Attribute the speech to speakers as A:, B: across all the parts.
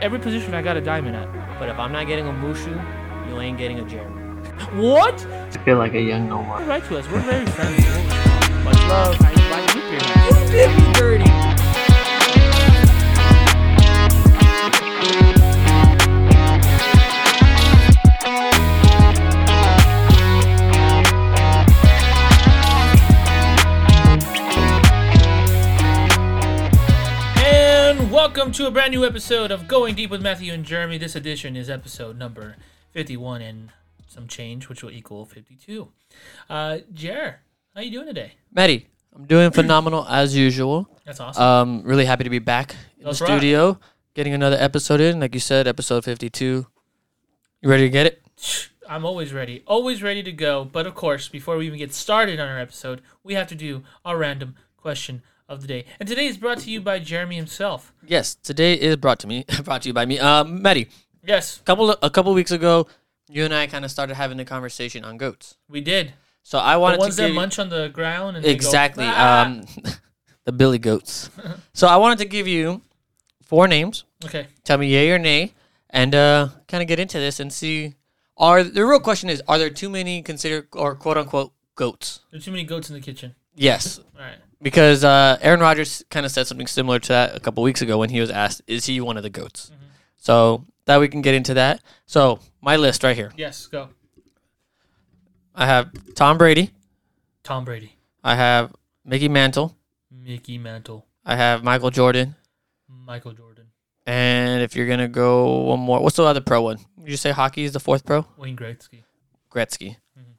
A: every position I got a diamond at.
B: But if I'm not getting a Mushu, you ain't getting a Jeremy.
A: What?
C: I feel like a young Nomar.
A: Right to us. We're very friendly. Much love. I invite you here.
B: You did me dirty.
A: And welcome to a brand new episode of Going Deep with Matthew and Jeremy. This edition is episode number 51 and some change, which will equal 52. Uh, Jer, how you doing today?
D: Maddie, I'm doing phenomenal as usual.
A: That's awesome.
D: Um, really happy to be back in
A: That's
D: the
A: right.
D: studio, getting another episode in. Like you said, episode 52. You ready to get it?
A: I'm always ready, always ready to go. But of course, before we even get started on our episode, we have to do our random question of the day. And today is brought to you by Jeremy himself.
D: Yes. Today is brought to me, brought to you by me. Um, Maddie,
A: Yes,
D: couple a couple weeks ago, you and I kind of started having a conversation on goats.
A: we did.
D: So I
A: The
D: wanted
A: ones
D: to give
A: that
D: you-
A: munch on the ground and they go,
D: exactly
A: "Ah!"
D: um, the billy goats. so I wanted to give you four names.
A: Okay,
D: tell me yay or nay, and uh, kind of get into this and see. Are the real question is: Are there too many considered or quote unquote goats?
A: there's too many goats in the kitchen.
D: Yes,
A: All right.
D: because uh, Aaron Rodgers kind of said something similar to that a couple weeks ago when he was asked, "Is he one of the goats?" So that we can get into that. So my list right here:
A: Yes, go.
D: I have Tom Brady,
A: Tom Brady,
D: I have Mickey Mantle,
A: Mickey Mantle,
D: I have Michael Jordan,
A: Michael Jordan,
D: and if you're gonna go one more, what's the other pro one? Would you say hockey is the fourth pro?
A: Wayne Gretzky.
D: Gretzky. Mm-hmm.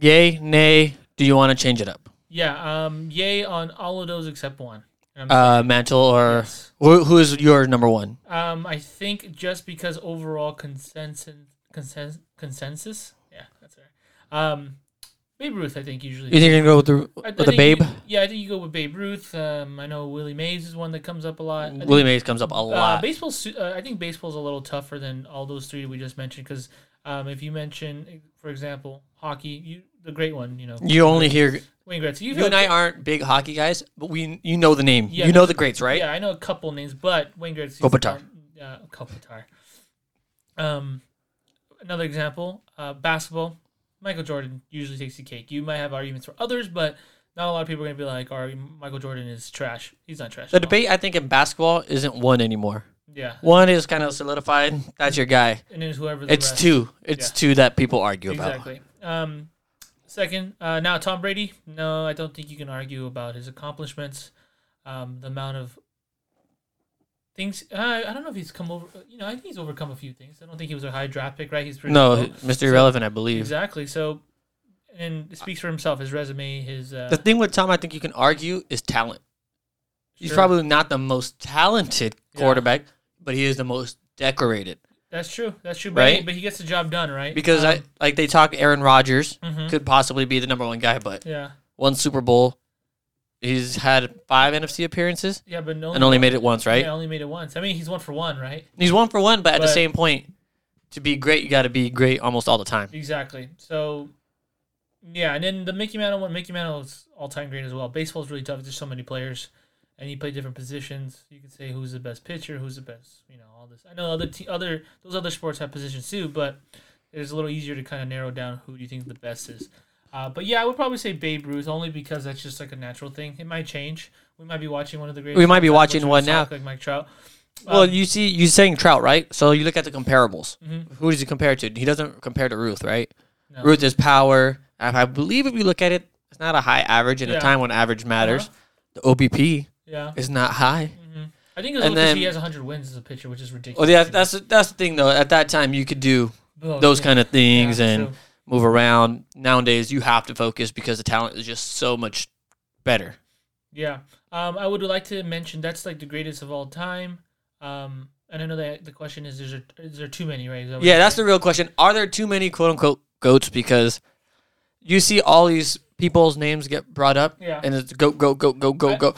D: Yay, nay, do you want to change it up?
A: Yeah. Um. Yay on all of those except one. And I'm
D: Uh, Mantle or
A: Yes.
D: who, who is your number one?
A: Um, I think just because overall consensus, consens- consensus, yeah, that's right. Um, Babe Ruth, I think usually.
D: You think you're going to go with the,
A: I, I
D: with the
A: think
D: Babe?
A: you- yeah, I think you go with Babe Ruth. Um, I know Willie Mays is one that comes up a lot. I think,
D: Willie Mays comes up a
A: uh,
D: lot.
A: baseball's, su- uh, I think baseball's a little tougher than all those three we just mentioned because um, if you mention, for example, hockey, you the great one, you know,
D: you only hear
A: Wayne Gretzky. You've
D: you and
A: heard-
D: I aren't big hockey guys, but we you know the name.
A: Yeah,
D: you know
A: that's-
D: the greats, right?
A: Yeah, I know a couple names, but Wayne Gretzky.
D: Kopitar.
A: Uh, Kopitar. Um, another example, uh, basketball. Michael Jordan usually takes the cake. You might have arguments for others, but not a lot of people are going to be like, "Are Michael Jordan is trash? He's not trash."
D: The
A: at all."
D: debate I think in basketball isn't one anymore.
A: Yeah,
D: One is kind of solidified. That's your guy.
A: and then whoever. The
D: It's
A: rest.
D: two. It's
A: Yeah.
D: two that people argue about.
A: Exactly. Um, second, uh, now Tom Brady. No, I don't think you can argue about his accomplishments. Um, the amount of things. Uh, I don't know if he's come over. You know, I think he's overcome a few things. I don't think he was a high draft pick, right? He's pretty
D: No,
A: low.
D: Mr. Irrelevant, I believe.
A: exactly. So, and it speaks for himself. His resume, his uh,
D: The thing with Tom, I think you can argue, is talent. He's
A: Sure.
D: probably not the most talented
A: Yeah.
D: quarterback, but he is the most decorated
A: that's true. That's true. But
D: Right?
A: he, but he gets the job done, right? Um,
D: because I like they talk Aaron Rodgers
A: Mhm.
D: could possibly be the number one guy, but
A: yeah,
D: one Super Bowl, he's had five NFC appearances
A: yeah, but no,
D: and only made it once, right?
A: yeah, only made it once. I mean, he's one for one, right?
D: He's one for one, but at the
A: But-
D: same point, to be great, you got to be great almost all the time.
A: Exactly. So, yeah, and then the Mickey Mantle one, Mickey Mantle is all time great as well. Baseball's really tough. There's so many players, and you play different positions. You can say who's the best pitcher, who's the best, you know, all this. I know other te- other those other sports have positions too, but it's a little easier to kind of narrow down who do you think the best is. Uh, but yeah, I would probably say Babe Ruth only because that's just like a natural thing. It might change. We might be watching one of the greatest.
D: We might be
A: all-time,
D: watching
A: which we
D: one
A: saw,
D: now.
A: like Mike Trout.
D: Well,
A: Um,
D: you see, you saying Trout, right? So you look at the comparables. Who does he compare to? He doesn't compare to Ruth, right?
A: Mm-hmm. No.
D: Ruth is power. I I believe if you look at it, it's not a high average in
A: Yeah. Uh-huh.
D: a time when average matters. The OBP
A: yeah,
D: is not high.
A: Mm-hmm. I think it was
D: and
A: because
D: then- Oh,
A: he has 100 wins as a pitcher, which is ridiculous.
D: Well, yeah, that's that's the thing though. At that time, you could do
A: Oh,
D: those
A: yeah.
D: kind of things
A: Yeah,
D: and
A: true.
D: move around. Nowadays, you have to focus because the talent is just so much better.
A: Yeah. Um, I would like to mention that's like the greatest of all time. Um, and I know that the question is, is there, is there too many, right? Is that what
D: Yeah,
A: you're
D: that's
A: saying?
D: the real question. Are there too many quote unquote goats? Because you see all these people's names get brought up,
A: Yeah.
D: and it's go go go go go
A: I-
D: go.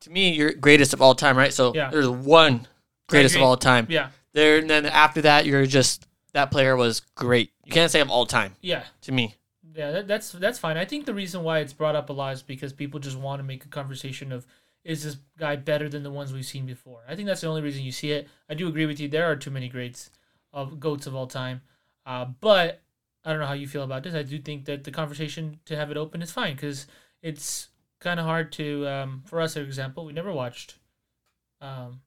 D: To me, you're greatest of all time, right? So
A: Yeah.
D: there's one greatest of
A: agree.
D: all time.
A: Yeah.
D: There and then after that, you're just that player was great. You can't say of all time
A: Yeah.
D: to me.
A: Yeah. That, that's, that's fine. I think the reason why it's brought up a lot is because people just want to make a conversation of is this guy better than the ones we've seen before? I think that's the only reason you see it. I do agree with you. There are too many greats of goats of all time, uh, but I don't know how you feel about this. I do think that the conversation to have it open is fine because it's kind of hard to um, for us, for example, we never watched um,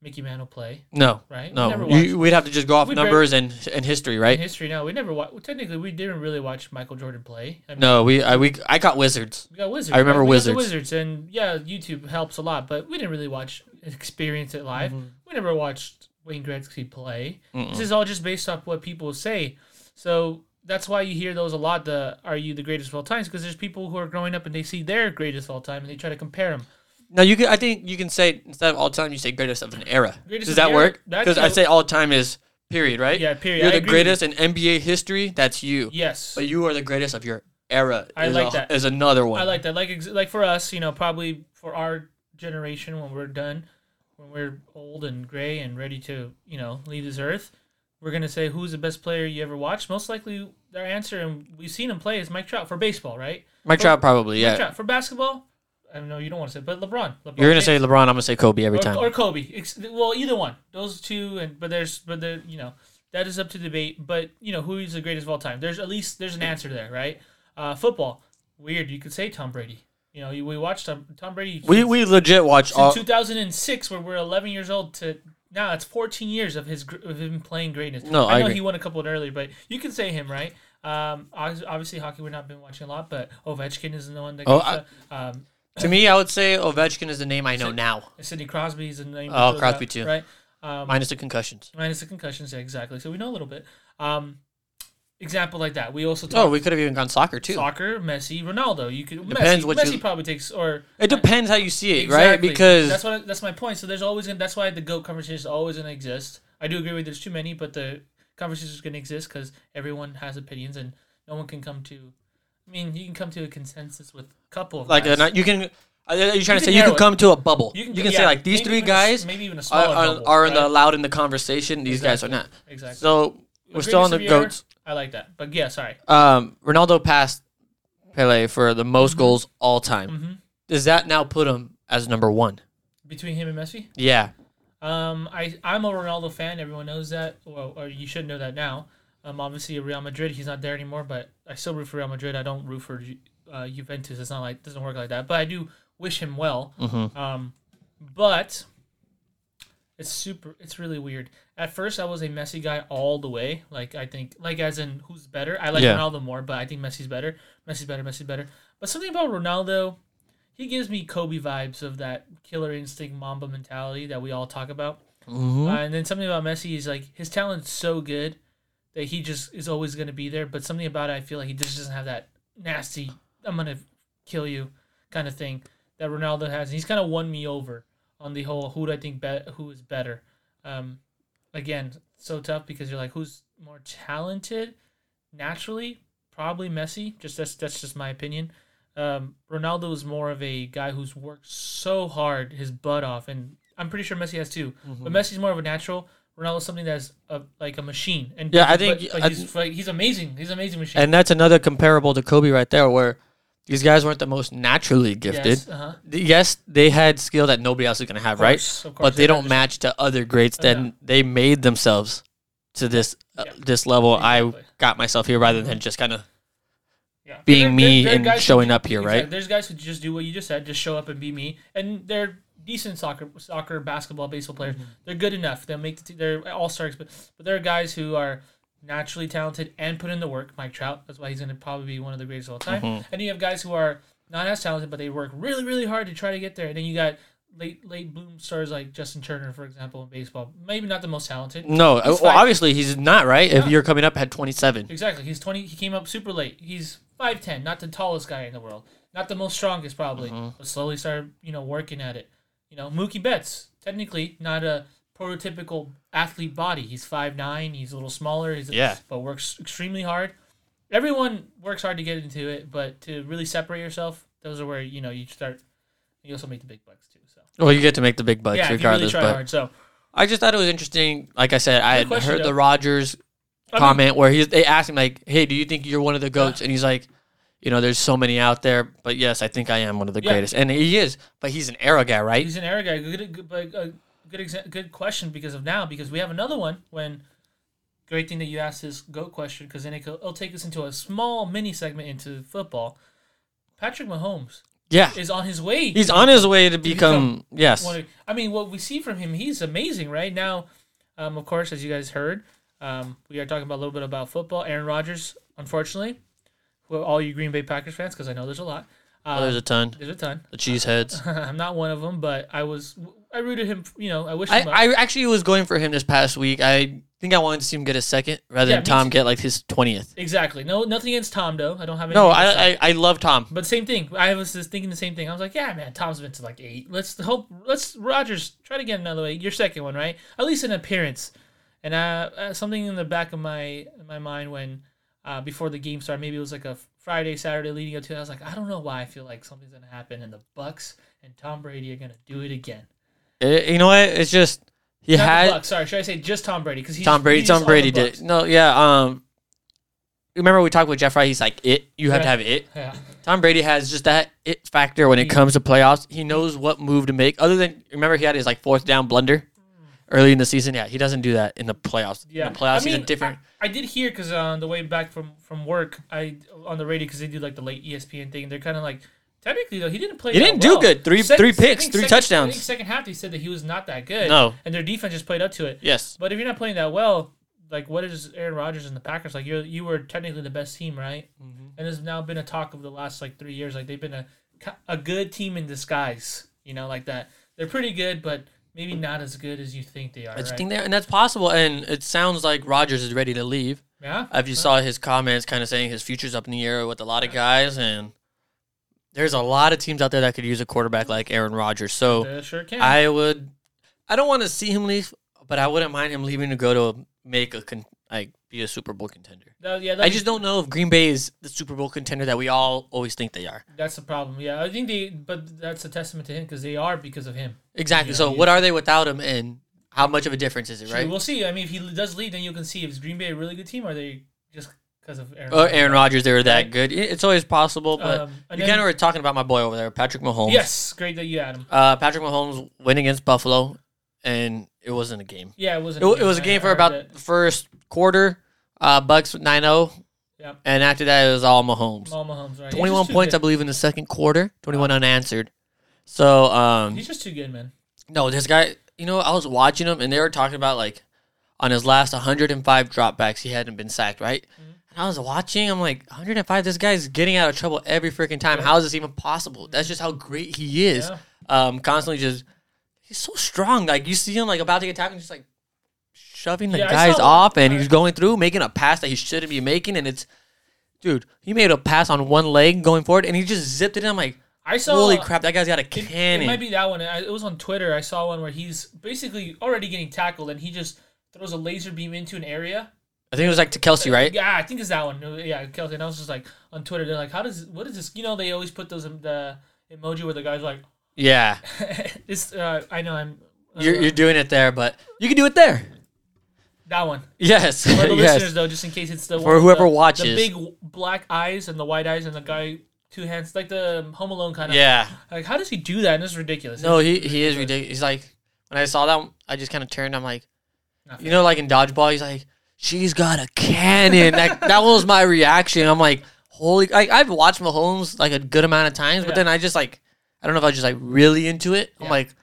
A: Mickey Mantle play,
D: No,
A: right? we never
D: no.
A: watched
D: You, we'd have to just go off
A: We bar-
D: numbers and and history, right?
A: history. No, we never watched. Well, technically, we didn't really watch Michael Jordan play. I mean,
D: No, we I we I caught wizards.
A: We got Wizards.
D: I remember
A: right? We got the
D: Wizards.
A: Wizards, and yeah, YouTube helps a lot, but we didn't really watch, experience it live. We never watched Wayne Gretzky play. This is all just based off what people say. So that's why you hear those a lot. The are you the greatest of all times? Because there's people who are growing up and they see their greatest of all time and they try to compare them.
D: No, you can. I think you can say instead of all time, you say greatest of an era.
A: Greatest
D: Does
A: of an
D: that
A: era?
D: work?
A: That's
D: Because I
A: a-
D: say all time is period, right?
A: Yeah, period.
D: You're
A: I
D: the
A: agree
D: greatest in NBA history. That's you.
A: Yes,
D: But you are the greatest of your era.
A: I
D: is
A: like
D: a-
A: that.
D: Is another one.
A: I like that. Like ex- like for us, you know, probably for our generation when we're done, when we're old and gray and ready to, you know, leave this earth, we're gonna say who's the best player you ever watched. Most likely, their answer, and we've seen him play, is Mike Trout for baseball, right?
D: Mike Trout probably. Yeah.
A: Oh, Trout for basketball. I know you don't want to say, but LeBron. LeBron
D: Uh, You're gonna
A: James.
D: say LeBron. I'm gonna say Kobe every
A: or,
D: time.
A: or Kobe. Ex- Well, either one. Those two, and but there's but the you know that is up to debate. But you know who is the greatest of all time? There's at least there's an answer there, right? Uh, football. Weird. You could say Tom Brady. You know, you- we watched Tom, Tom Brady.
D: we uh, we legit watch all.
A: since 2006, where we're 11 years old to now, it's 14 years of his gr- of him playing greatness.
D: No, I
A: know
D: agree.
A: he won a couple earlier, but you can say him, right? Um, obvi- obviously hockey we've not been watching a lot, but Ovechkin is the one that.
D: Oh,
A: gets, uh, um,
D: To me, I would say Ovechkin is the name I know now,
A: Sidney Crosby is the name. that
D: Oh,
A: throws
D: Crosby
A: out,
D: too.
A: Right. Um,
D: minus the concussions.
A: Minus the concussions, yeah, exactly. So we know a little bit. Um, example like that. We also
D: Oh,
A: talk
D: we could have even gone soccer too.
A: soccer, Messi, Ronaldo. You could
D: Depends
A: Messi,
D: what
A: Messi
D: you-
A: probably takes or
D: It depends how you see it, right?
A: Exactly.
D: Because
A: that's what that's my point. So there's always gonna, that's why the goat conversation is always going to exist. I do agree with there's too many, but the conversation is going to exist because everyone has opinions and no one can come to. I mean, you can come to a consensus with a couple of
D: like
A: guys.
D: uh, you can. Are you trying
A: can
D: to say you
A: narrow
D: can
A: it.
D: come to a bubble? You
A: You
D: can,
A: can-
D: say
A: yeah,
D: like these
A: maybe
D: three
A: even a s-
D: guys
A: maybe even a
D: are,
A: smaller
D: are,
A: bubble,
D: are in the
A: right?
D: allowed in the conversation. These guys are not.
A: exactly.
D: So we're still on the
A: Greatest of your-
D: goats.
A: I like that, but yeah, sorry.
D: Um, Ronaldo passed Pele for the
A: Mm-hmm.
D: most goals all time. Does that now put him as number one?
A: Between him and Messi,
D: Yeah,
A: Um, I I'm a Ronaldo fan. Everyone knows that. Well, or you should know that now. Um, obviously a Real Madrid. He's not there anymore, but I still root for Real Madrid. I don't root for Ju- uh, Juventus. It's not like doesn't work like that. But I do wish him well. Um, but it's super. It's really weird. At first, I was a Messi guy all the way. Like I think, like as in who's better. I like
D: Yeah.
A: Ronaldo more, but I think Messi's better. Messi's better. Messi's better. But something about Ronaldo he gives me Kobe vibes of that killer instinct Mamba mentality that we all talk about.
D: Mm-hmm.
A: Uh, and then something about Messi is like his talent's so good that he just is always going to be there. But something about it, I feel like he just doesn't have that nasty "I'm gonna kill you" kind of thing that Ronaldo has. And he's kind of won me over on the whole who do I think bet who is better. Um, again, so tough because you're like who's more talented naturally? Probably Messi. Just that's that's just my opinion um, Ronaldo is more of a guy who's worked so hard, his butt off, and I'm pretty sure Messi has too. But Messi's more of a natural. Ronaldo's something that's a, like a machine. And
D: Yeah, I think-
A: but- but
D: I-
A: he's, like, he's amazing. He's an amazing machine.
D: and that's another comparable to Kobe right there, where these guys weren't the most naturally gifted.
A: yes, uh-huh.
D: yes, they had skill that nobody else is going to have,
A: course,
D: right?
A: of course,
D: but they
A: yeah,
D: don't
A: just-
D: match to other greats that
A: no.
D: they made themselves to this uh,
A: Yeah.
D: this level. I
A: Exactly.
D: got myself here rather than just kind of
A: Yeah. But
D: being
A: there-
D: me
A: there- there are
D: and
A: guys who
D: showing
A: do-
D: up here,
A: exactly.
D: right?
A: There's guys who just do what you just said, just show up and be me, and they're decent soccer, soccer, basketball, baseball players.
D: Mm-hmm.
A: They're good enough. They'll make the team. They're all stars, but but there are guys who are naturally talented and put in the work. Mike Trout, that's why he's going to probably be one of the greatest of all time.
D: Mm-hmm.
A: And you have guys who are not as talented, but they work really, really hard to try to get there. And then you got late late bloom stars like Justin Turner, for example, in baseball. Maybe not the most talented.
D: No, uh, well,
A: fine.
D: obviously he's not right. If you're coming up at 27,
A: Exactly. He's 20. He came up super late. He's 5'10, not the tallest guy in the world, not the most strongest, probably,
D: Mm-hmm.
A: but slowly started, you know, working at it. You know, Mookie Betts, technically not a prototypical athlete body. He's 5'9, he's a little smaller, he's
D: Yeah.
A: but works extremely hard. Everyone works hard to get into it, but to really separate yourself, those are where, you know, you start, you also make the big bucks too. So,
D: well, you get to make the big bucks
A: yeah, if you really
D: regardless.
A: try
D: but
A: hard. So,
D: I just thought it was interesting. Like I said, I had
A: question,
D: heard
A: though.
D: the Rogers
A: I mean-
D: comment where he they asked him like, "Hey, do you think you're one of the goats?" and he's like, You know, there's so many out there, but yes, I think I am one of the
A: Yeah.
D: greatest, and he is. But he's an era guy, right?
A: He's an era guy. Good, good, but a good, exa- good question because of now because we have another one. When great thing that you asked this goat question because then it co- it'll take us into a small mini segment into football. Patrick Mahomes
D: yeah,
A: is on his way.
D: he's on his way to become. Yes,
A: Well, I mean, what we see from him, he's amazing right now. Um, of course, as you guys heard, um, we are talking about a little bit about football. Aaron Rodgers, unfortunately, who are all you Green Bay Packers fans, because I know there's a lot. Um,
D: oh, there's a ton.
A: there's a ton.
D: The cheeseheads.
A: I'm not one of them, but I was. I rooted him. You know, I wish
D: I,
A: him. luck.
D: I actually was going for him this past week. I think I wanted to see him get a second rather
A: Yeah,
D: than
A: me
D: Tom
A: too.
D: get like his twentieth.
A: exactly. No, nothing against Tom though. I don't have any.
D: No, I, I I love Tom.
A: But same thing. I was just thinking the same thing. I was like, yeah, man, Tom's been to like eight. Let's hope. Let's Rogers try to get another way. Your second one, right? At least an appearance. And uh, uh, something in the back of my my mind when uh, before the game started, maybe it was like a Friday, Saturday leading up to it. I was like, I don't know why I feel like something's gonna happen, and the Bucks and Tom Brady are gonna do it again.
D: Eh, you know what? It's just he
A: Not
D: had
A: the Bucks. Sorry, should I say just Tom Brady? Because
D: Tom Brady. Tom Brady did. No, yeah. Um, remember we talked with Jeff Wright? He's like it. You have to
A: Yeah.
D: have it.
A: Yeah.
D: Tom Brady has just that it factor when it
A: Mm.
D: comes to playoffs. He knows what move to make. Other than remember he had his like fourth down blunder early in the season. Yeah, he doesn't do that in the playoffs.
A: Yeah,
D: in the playoffs
A: I mean,
D: he's a different.
A: I, I did hear because on the way back from from work, I on the radio because they do like the late E ESPN thing. They're kind of like technically though he didn't play.
D: He
A: that
D: didn't do
A: well.
D: good. Three-
A: Sec-
D: three
A: I think
D: picks, three
A: second- I
D: touchdowns.
A: think second half they said that he was not that good.
D: No.
A: and their defense just played up to it.
D: yes.
A: But if you're not playing that well, like what is Aaron Rodgers and the Packers like? You you were technically the best team, right?
D: Mm-hmm.
A: And it's now been a talk of the last like three years. Like they've been a a good team in disguise. You know, like that. They're pretty good, but maybe not as good as you think they are.
D: I just
A: right?
D: think there, and that's possible. And it sounds like Rogers is ready to leave.
A: yeah.
D: If you saw his comments, kind of saying his future's up in the air with a lot of guys, and there's a lot of teams out there that could use a quarterback like Aaron Rodgers. So
A: They sure can.
D: I would. I don't want to see him leave, but I wouldn't mind him leaving to go to make a con, like be a Super Bowl contender.
A: That- yeah,
D: I
A: that'd be-
D: just don't know if Green Bay is the Super Bowl contender that we all always think they are.
A: that's the problem. Yeah, I think they, but that's a testament to him because they are because of him.
D: Exactly.
A: Yeah,
D: so
A: yeah.
D: what are they without him, and how much of a difference is it,
A: Right.
D: right?
A: We'll see. I mean, if he does leave, then you can see if is Green Bay a really good team or are they just because of Aaron.
D: Oh, Aaron Rodgers, they were that
A: Right.
D: good. It- It's always possible, but
A: Um, and
D: you
A: then-
D: kind of were talking about my boy over there, Patrick Mahomes.
A: Yes, great that you had him.
D: Uh, Patrick Mahomes went against Buffalo, and it wasn't a game.
A: Yeah, it wasn't.
D: It, it was a
A: I-
D: game
A: I
D: for
A: heard
D: about
A: that.
D: the first quarter. Uh, Bucks 9 0.
A: Yep.
D: And after that, it was all Mahomes.
A: All Mahomes, right? He's
D: 21
A: just too
D: points, I
A: Good.
D: believe, in the second quarter, 21 unanswered. So, um,
A: He's just too good, man.
D: no, this guy, you know, I was watching him, and they were talking about like on his last 105 dropbacks, he hadn't been sacked, right?
A: Mm-hmm.
D: And I was watching, I'm like, 105, this guy's getting out of trouble every freaking time. How is this even possible? That's just how great he is.
A: Yeah.
D: Um, constantly just, he's so strong. Like, you see him like about to get tackled, and just like shoving the
A: Yeah, I
D: guys
A: saw-
D: off, and he's going through, making a pass that he shouldn't be making. And it's, dude, he made a pass on one leg going forward, and he just zipped it in. I'm like,
A: I saw.
D: holy crap, that guy's got a
A: It,
D: cannon.
A: it might be that one. I, it was on Twitter. I saw one where he's basically already getting tackled, and he just throws a laser beam into an area,
D: I think it was like to Kelsey, right?
A: Yeah, I think it's that one. Yeah, Kelsey. And I was just like on Twitter, they're like, "How does what is this?" You know, they always put those um, the emoji where the guy's like,
D: Yeah.
A: "This." Uh, I know I'm uh,
D: You're, you're doing it there, but you can do it there.
A: that one.
D: Yes.
A: For the listeners,
D: yes.
A: though, just in case it's the
D: For
A: one with
D: whoever
A: the, the
D: watches.
A: big w- black eyes and the white eyes and the guy two hands like the Home Alone kind of.
D: Yeah.
A: Like, how does he do that? And it's ridiculous.
D: No, he, he is ridiculous. He's like, when I saw that, I just kind of turned. I'm like,
A: Not
D: you know, like in Dodgeball, he's like, she's got a cannon. that, that was my reaction. I'm like, holy. Like, I've watched Mahomes like a good amount of times, but
A: Yeah.
D: then I just like, I don't know if I was just like really into it. I'm
A: Yeah.
D: like,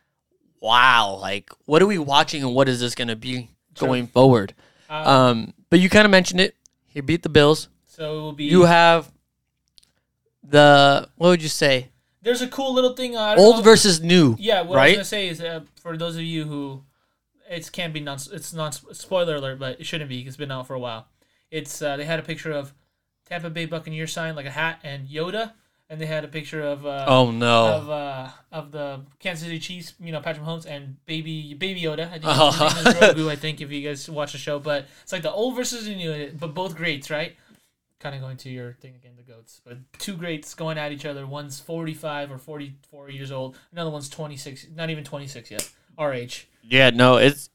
D: wow. Like, what are we watching and what is this going to be
A: True.
D: going forward?
A: Uh,
D: Um, but you kind of mentioned it. He beat the Bills.
A: so it will be.
D: you have the what would you say
A: there's a cool little thing. Uh, I don't
D: old
A: know-
D: versus new
A: Yeah, what I was
D: right
A: gonna say is uh, for those of you who it can't be non it's not spoiler alert, but it shouldn't be. 'cause It's been out for a while. It's uh, they had a picture of Tampa Bay Buccaneer sign like a hat and Yoda, and they had a picture of uh,
D: oh no
A: of uh, of the Kansas City Chiefs, you know Patrick Mahomes and baby baby Yoda. I think
D: Oh.
A: his name is Grogu. I think if you guys watch the show, but it's like the old versus the new, but both greats, right? Kind of going to your thing again, the goats, but two greats going at each other. One's forty five or forty four years old. Another one's twenty six, not even twenty six yet. Our age,
D: yeah no it's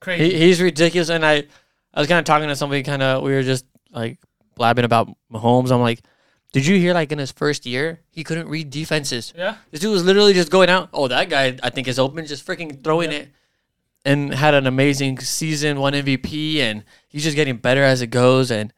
A: crazy.
D: he, he's ridiculous and i i was kind of talking to somebody kind of we were just like blabbing about Mahomes. I'm like, did you hear like in his first year he couldn't read defenses?
A: Yeah.
D: This dude was literally just going out. Oh, that guy I think is open, just freaking throwing it, and had an amazing season, one MVP, and he's just getting better as it goes. And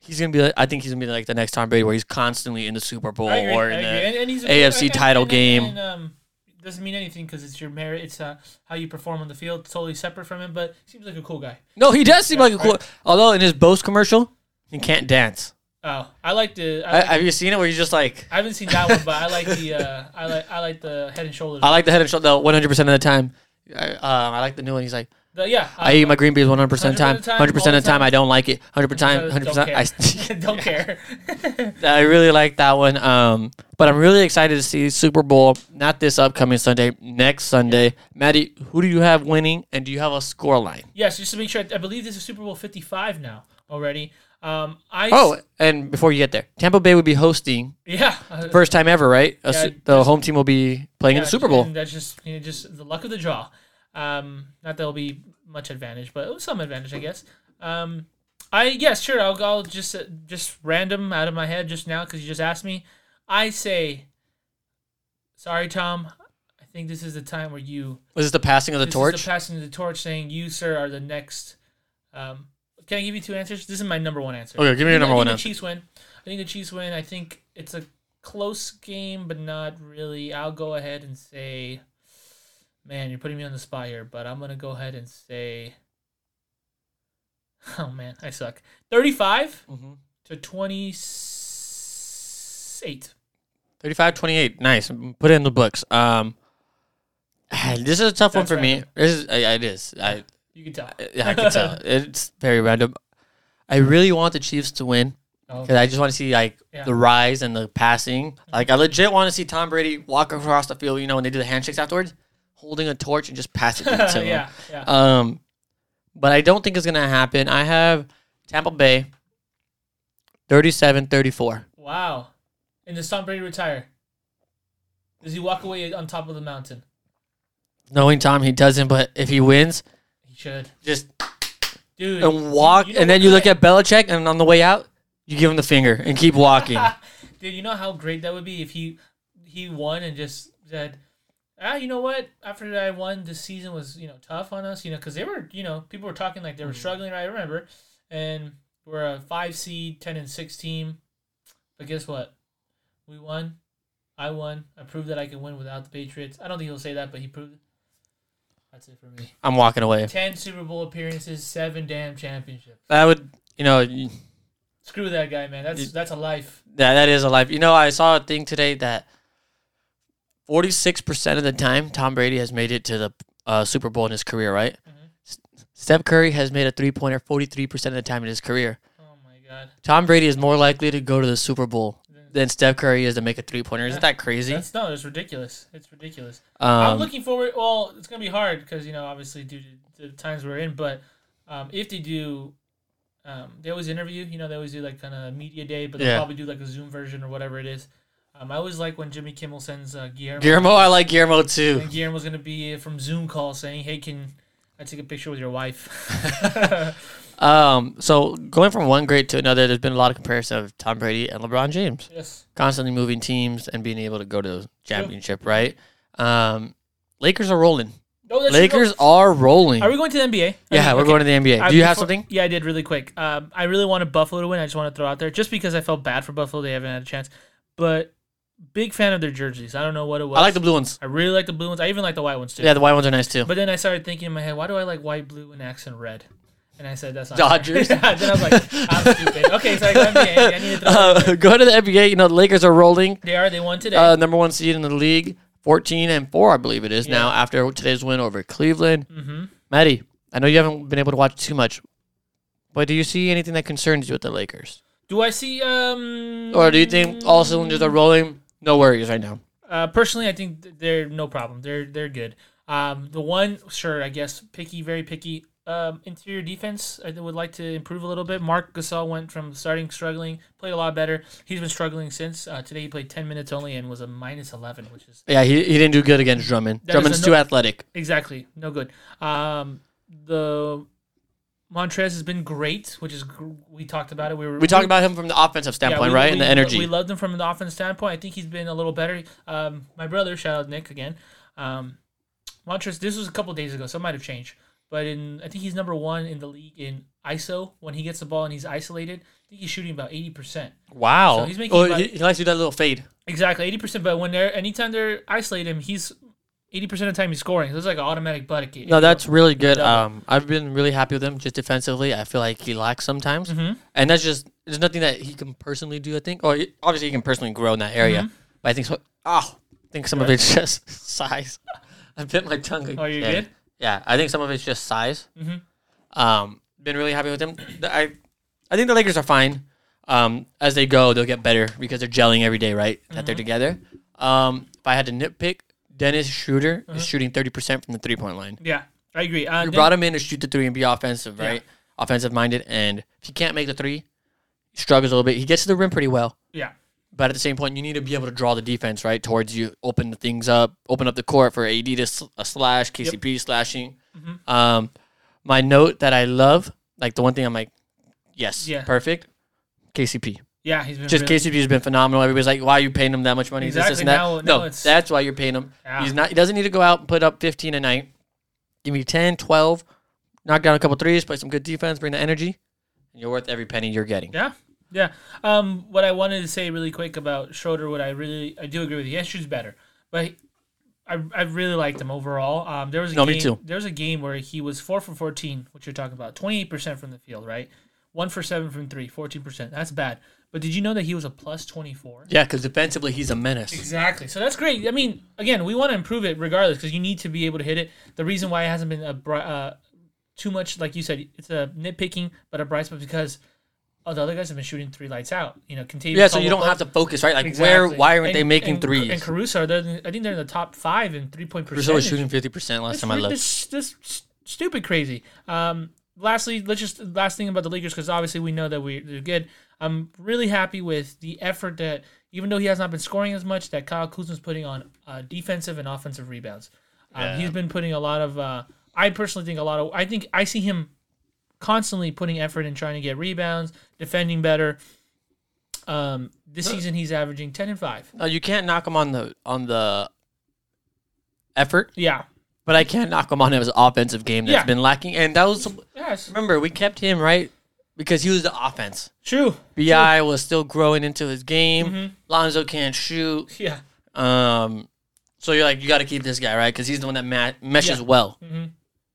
D: he's gonna be, like, I think he's gonna be like the next Tom Brady, where he's constantly in the Super Bowl
A: I agree,
D: or
A: I
D: in
A: agree.
D: the
A: and, and he's a-
D: AFC
A: and-
D: title
A: and-
D: game.
A: and, um, it doesn't mean anything because it's your merit. It's uh, how you perform on the field. It's totally separate from him, but seems like a cool guy.
D: No, he does seem like a
A: Yeah,
D: cool. Although in his Bose commercial, he can't dance.
A: Oh, I like the. I,
D: I,
A: like, I,
D: have you seen it where he's just like,
A: haven't seen that one, but I like the. Uh, I like I like the head and shoulders.
D: I like the head and shoulder 100 percent of the time. I, um, I like the new one. He's like,
A: The- yeah,
D: I eat my green beans 100 percent of the time. 100
A: 100% of
D: percent
A: the
D: of the time, I don't like it. 100 percent, 100
A: don't
D: percent.
A: care.
D: I
A: don't care.
D: I really like that one. Um, but I'm really excited to see Super Bowl. Not this upcoming Sunday, next Sunday. Maddie, who do you have winning, and do you have a score line?
A: yes, just to make sure. I, I believe this is Super Bowl Fifty Five now already. Um, I
D: Oh, and before you get there, Tampa Bay would be hosting
A: yeah. uh,
D: first time ever, right? A
A: Yeah,
D: su- the home team will be playing in the
A: Yeah,
D: Super Bowl.
A: and that's just you know, just the luck of the draw. Um, not that it'll be much advantage, but some advantage, I guess. Um, I yes, sure. I'll, I'll just uh, just random out of my head just now because you just asked me. I say, sorry, Tom. I think this is the time where you
D: Was this the passing of the
A: this
D: torch?
A: is the passing of the torch, saying you, sir, are the next. Um, can I give you two answers? This is my number one answer.
D: Okay, give me your
A: I
D: number
A: think
D: one
A: The
D: answer.
A: Chiefs win. I think the Chiefs win. I think it's a close game, but not really. I'll go ahead and say, man, you're putting me on the spot here, but I'm gonna go ahead and say, oh man, I suck. Thirty-five
D: Mhm.
A: to twenty-eight.
D: 35 28. Nice. Put it in the books. Um, this is a tough one
A: That's
D: for me. This is, I, it is. I,
A: You can tell.
D: I can tell. It's very random. I really want the Chiefs to win
A: Oh,
D: because I just want to see like
A: Yeah.
D: the rise and the passing. Like I legit want to see Tom Brady walk across the field. You know when they do the handshakes afterwards, holding a torch and just pass it to him.
A: yeah, yeah.
D: Um, but I don't think it's gonna happen. I have Tampa Bay 37-34.
A: Wow. And does Tom Brady retire? Does he walk away on top of the mountain?
D: Knowing Tom, he doesn't. But if he wins,
A: He should.
D: just
A: Dude.
D: and walk,
A: you know
D: and then
A: what
D: you
A: could-
D: look at Belichick, and on the way out, you give him the finger and keep walking.
A: Dude, you know how great that would be if he he won and just said, ah, you know what? After I won, this season was you know tough on us, you know, because they were you know people were talking like they were struggling. Right, I remember, and we're a five seed, ten and six team, but guess what? We won. I won. I proved that I can win without the Patriots. I don't think he'll say that, but he proved it. That's it for me.
D: I'm walking away.
A: Ten Super Bowl appearances, seven damn championships.
D: That would, you know, y-
A: Screw that guy, man. That's that's a life.
D: that that is a life. You know, I saw a thing today that 46% of the time Tom Brady has made it to the uh, Super Bowl in his career, right?
A: Mm-hmm.
D: S- Steph Curry has made a three pointer 43% of the time in his career.
A: Oh my god,
D: Tom Brady is more likely to go to the Super Bowl than Steph Curry is to make a three pointer. Isn't that crazy?
A: Mm-hmm. that's no, it's ridiculous. It's ridiculous. I'm
D: Um,
A: looking forward. Well, it's gonna be hard because you know, obviously, due to the times we're in. But um, if they do, um, they always interview. You know, they always do like kind of media day, but they'll
D: Yeah.
A: probably do like a Zoom version or whatever it is. Um, I always like when Jimmy Kimmel sends uh, Guillermo.
D: Guillermo, I like Guillermo too.
A: And Guillermo's gonna be from Zoom call saying, "Hey, can I take a picture with your wife?"
D: Um, so going from one grade to another, there's been a lot of comparison of Tom Brady and LeBron James.
A: yes.
D: constantly moving teams and being able to go to the championship, right? Um, Lakers are rolling.
A: Oh, that's-
D: Lakers are rolling.
A: Are we going to the NBA?
D: yeah, we're going to the NBA.
A: I-
D: Do you have
A: before-
D: something?
A: Yeah, I did really quick. Um, I really wanted Buffalo to win. I just want to throw out there, just because I felt bad for Buffalo, they haven't had a chance. But big fan of their jerseys. I don't know what it was.
D: I like the blue ones.
A: I really like the blue ones. I even like the white ones too.
D: Yeah, the white ones are nice too.
A: But then I started thinking in my head, why do I like white, blue, and accent red? And I said, that's not
D: Dodgers.
A: yeah, then I was like, I'm stupid. Okay, so I got NBA. I need to throw.
D: Uh, go to the NBA. You know, the Lakers are rolling.
A: they are. They won today.
D: Uh, number one seed in the league, fourteen and four, I believe it is now after today's win over Cleveland.
A: mm-hmm.
D: Maddie, I know you haven't been able to watch too much, but do you see anything that concerns you with the Lakers,
A: Do I see? Um,
D: or do you think all cylinders are rolling? No worries right now.
A: Uh, personally, I think th- they're no problem. They're they're good. Um, the one, sure, I guess, picky, very picky. Um, interior defense, I would like to improve a little bit. Mark Gasol went from starting struggling, played a lot better. He's been struggling since. Uh, today he played 10 minutes only and was a minus 11, which is
D: Yeah, he, he didn't do good against Drummond.
A: That is
D: Drummond's
A: a
D: too
A: no-
D: athletic.
A: exactly no good. Um, the Montrez has been great, which is gr- we talked about it. We were
D: We talk about him from the offensive standpoint,
A: we-
D: right?
A: we-
D: and the energy.
A: We loved him from the offense standpoint. I think he's been a little better. Um, my brother, shout out Nick again. Um, Montrez, this was a couple days ago, so it might have changed. But in, I think he's number one in the league in ISO when he gets the ball and he's isolated. I think he's shooting about eighty percent.
D: wow.
A: So he's making
D: Oh,
A: about-
D: he, he likes to do that little fade.
A: Exactly, eighty percent. But when they're anytime they're isolated him, he's eighty percent of the time he's scoring. So it's like an automatic butt kick.
D: No, that's really good.
A: Yeah.
D: Um, I've been really happy with him just defensively. I feel like he lacks sometimes,
A: Mhm.
D: and that's just there's nothing that he can personally do. I think, or he- obviously he can personally grow in that area,
A: Mm-hmm.
D: but I think so. Oh, I think some of it's just size. I bit my tongue.
A: Oh, you
D: again.
A: good?
D: Yeah, I think some of it's just size.
A: Mhm.
D: Um, been really happy with him. The- I, I think the Lakers are fine. Um, as they go, they'll get better because they're gelling every day, right? That they're
A: Mm-hmm.
D: together. Um, if I had to nitpick, Dennis Schroeder
A: Mm-hmm.
D: is shooting thirty percent from the three point line.
A: yeah, I agree. Uh,
D: You
A: Nick-
D: brought him in to shoot the three and be offensive,
A: Yeah.
D: right? Offensive minded, and if he can't make the three, he struggles a little bit. He gets to the rim pretty well,
A: yeah,
D: but at the same point, you need to be able to draw the defense right towards you, open the things up, open up the court for AD to sl- a slash, KCP slashing.
A: Mm-hmm.
D: Um, my note that I love, like the one thing I'm like, yes,
A: Yeah.
D: perfect, KCP.
A: yeah, he's been
D: Just
A: really-
D: KCP has been phenomenal. Everybody's like, why are you paying him that much money? This,
A: Exactly.
D: this, and that.
A: Now- now
D: no,
A: it's-
D: that's why you're paying him.
A: Yeah.
D: He's not. He doesn't need to go out and put up 15 a night. Give me 10, 12, knock down a couple threes, play some good defense, bring the energy, and you're worth every penny you're getting.
A: Yeah, yeah. Um, what I wanted to say really quick about Schroeder, what I really I do agree with you. Yes, shoots better, but he- I, I really liked him overall. Um, there was a
D: No,
A: game,
D: me too.
A: There was a game where he was four for fourteen, which you're talking about, twenty eight percent from the field, right? One for seven from three, 14 percent. That's bad. But did you know that he was a plus twenty four?
D: Yeah, because defensively he's a menace.
A: Exactly. So that's great. I mean, again, we want to improve it regardless because you need to be able to hit it. The reason why it hasn't been a bri- uh, too much, like you said, it's a nitpicking, but a bright spot because oh, the other guys have been shooting three lights out. You know, continue.
D: Yeah, so you don't have to focus, right? Like where? Why aren't they making threes?
A: And Caruso, they're, in- I think they're in the top five in three point percentage.
D: Brazil was shooting 50% last
A: That's
D: time I
A: re-
D: looked.
A: That's, that's st- stupid crazy. Um, lastly, let's just last thing about the Lakers because obviously we know that we, they're good. I'm really happy with the effort that even though he has not been scoring as much, that Kyle Kuzma's putting on uh, defensive and offensive rebounds. Um, He's been putting a lot of. Uh, I personally think a lot of. I think I see him constantly putting effort in trying to get rebounds, defending better. Um, this season he's averaging ten and five.
D: No, Uh, you can't knock him on the on the effort,
A: Yeah.
D: but I can knock him on his offensive game that's
A: Yeah.
D: been lacking. And that was
A: Yes.
D: remember we kept him right because he was the offense.
A: True.
D: Bi was still growing into his game.
A: Mm-hmm.
D: Lonzo can't shoot.
A: Yeah.
D: Um, so you're like, you got to keep this guy right because he's the one that ma- meshes
A: Yeah.
D: well.
A: Mhm.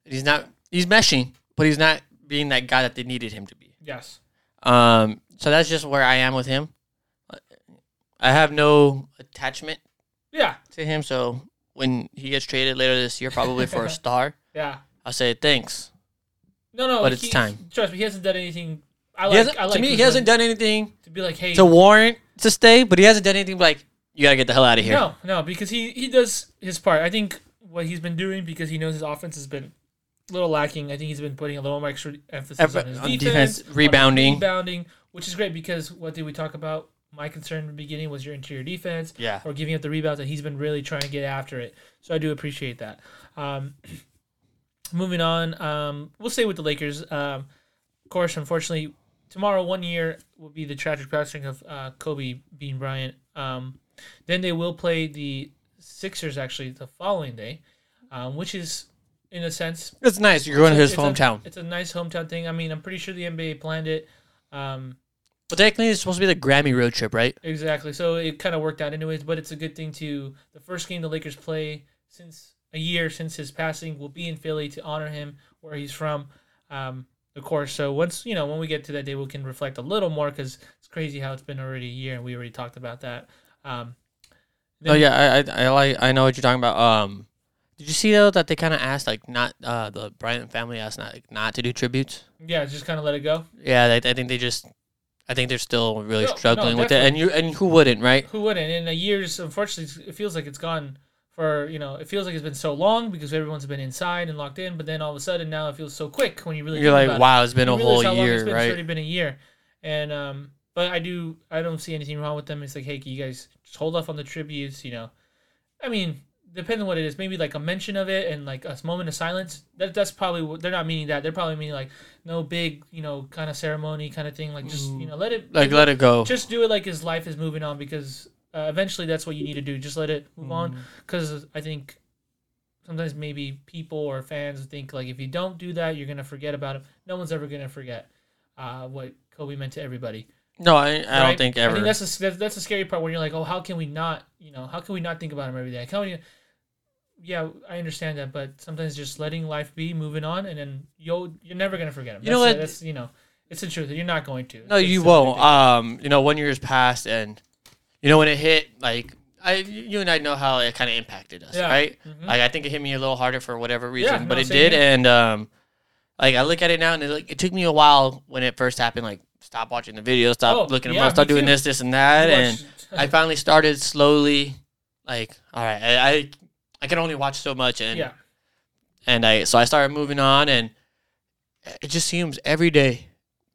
D: He's not. He's meshing, but he's not being that guy that they needed him to be.
A: Yes.
D: Um, so that's just where I am with him. I have no attachment
A: Yeah.
D: to him. So when he gets traded later this year, probably for a star,
A: Yeah.
D: I'll say thanks.
A: No, no.
D: But
A: he-
D: it's time.
A: Trust me, he hasn't done anything. I
D: he
A: like.
D: hasn't,
A: I like
D: to me, he
A: Kuzma
D: hasn't done anything
A: to be like, hey,
D: to warrant to stay, but he hasn't done anything like you gotta get the hell out of here.
A: no, no, because he he does his part. I think what he's been doing because he knows his offense has been a little lacking. I think he's been putting a little more extra emphasis on
D: Effort
A: his
D: on
A: defense,
D: defense,
A: on his
D: rebounding.
A: rebounding, which is great because what did we talk about? My concern in the beginning was your interior defense,
D: Yeah.
A: or giving up the rebounds, and he's been really trying to get after it. So I do appreciate that. Um, moving on, um, we'll stay with the Lakers. Um, of course, unfortunately, tomorrow one year will be the tragic passing of uh, Kobe Bean Bryant. Um, then they will play the Sixers actually the following day, um, which is in a sense
D: It's nice. You're going to his
A: it's a-
D: hometown.
A: it's a nice hometown thing. I mean, I'm pretty sure the NBA planned it. Um,
D: Well, technically, it's supposed to be the Grammy road trip, right?
A: exactly. So it kind of worked out anyways. But it's a good thing to the first game the Lakers play since a year since his passing will be in Philly to honor him where he's from. Um, of course. So once you know when we get to that day, we can reflect a little more because it's crazy how it's been already a year and we already talked about that. Um,
D: No, Oh, yeah, I, I, I like, I know what you're talking about. Um, did you see though that they kind of asked like not uh the Bryant family asked not like, not to do tributes?
A: yeah, just kind of let it go.
D: Yeah, they, I think they just, I think they're still really
A: No, no,
D: struggling with it. And you and who wouldn't, right?
A: Who wouldn't? In a year's, unfortunately, it feels like it's gone for you know. It feels like it's been so long because everyone's been inside and locked in. But then all of a sudden now it feels so quick when you really
D: You're
A: think
D: like,
A: about it.
D: wow, it's been
A: You
D: a
A: realize
D: whole
A: how long it's
D: year,
A: been. It's already
D: right?
A: been a year, and um, but I do I don't see anything wrong with them. It's like, hey, can you guys just hold off on the tributes? You know, I mean, depending on what it is, maybe like a mention of it and like a s- moment of silence. That that's probably what they're not meaning that. They're probably meaning like no big, you know, kind of ceremony kind of thing. Like just you know, let it
D: Like, let it go.
A: just do it like his life is moving on because uh, eventually that's what you need to do. Just let it move on because I think sometimes maybe people or fans think like if you don't do that, you're gonna forget about him. No one's ever gonna forget uh, what Kobe meant to everybody.
D: No, I, I
A: right?
D: don't think ever.
A: I think that's the that's, that's the scary part when you're like, oh, how can we not? You know, how can we not think about him every day? How can we, yeah, I understand that, but sometimes just letting life be, moving on, and then you'll you're never gonna forget him.
D: You know
A: That's-
D: what?
A: That's you know, it's the truth. You're not going to.
D: No,
A: It's
D: you
A: the
D: won't.
A: only
D: Um, you know, one year has passed, and you know when it hit, like I, you and I know how it kind of impacted us,
A: Yeah.
D: right?
A: Mhm.
D: Like I think it hit me a little harder for whatever reason,
A: no,
D: but it
A: same
D: did,
A: here.
D: and um, like I look at it now, and it, like, it took me a while when it first happened. Like stop watching the video, stop
A: Oh,
D: looking at
A: yeah,
D: them up, stop
A: me
D: doing
A: too.
D: this, this, and that,
A: thing.
D: and I finally started slowly. Like all right, I, I I can only watch so much, and
A: yeah,
D: and I so I started moving on, and it just seems every day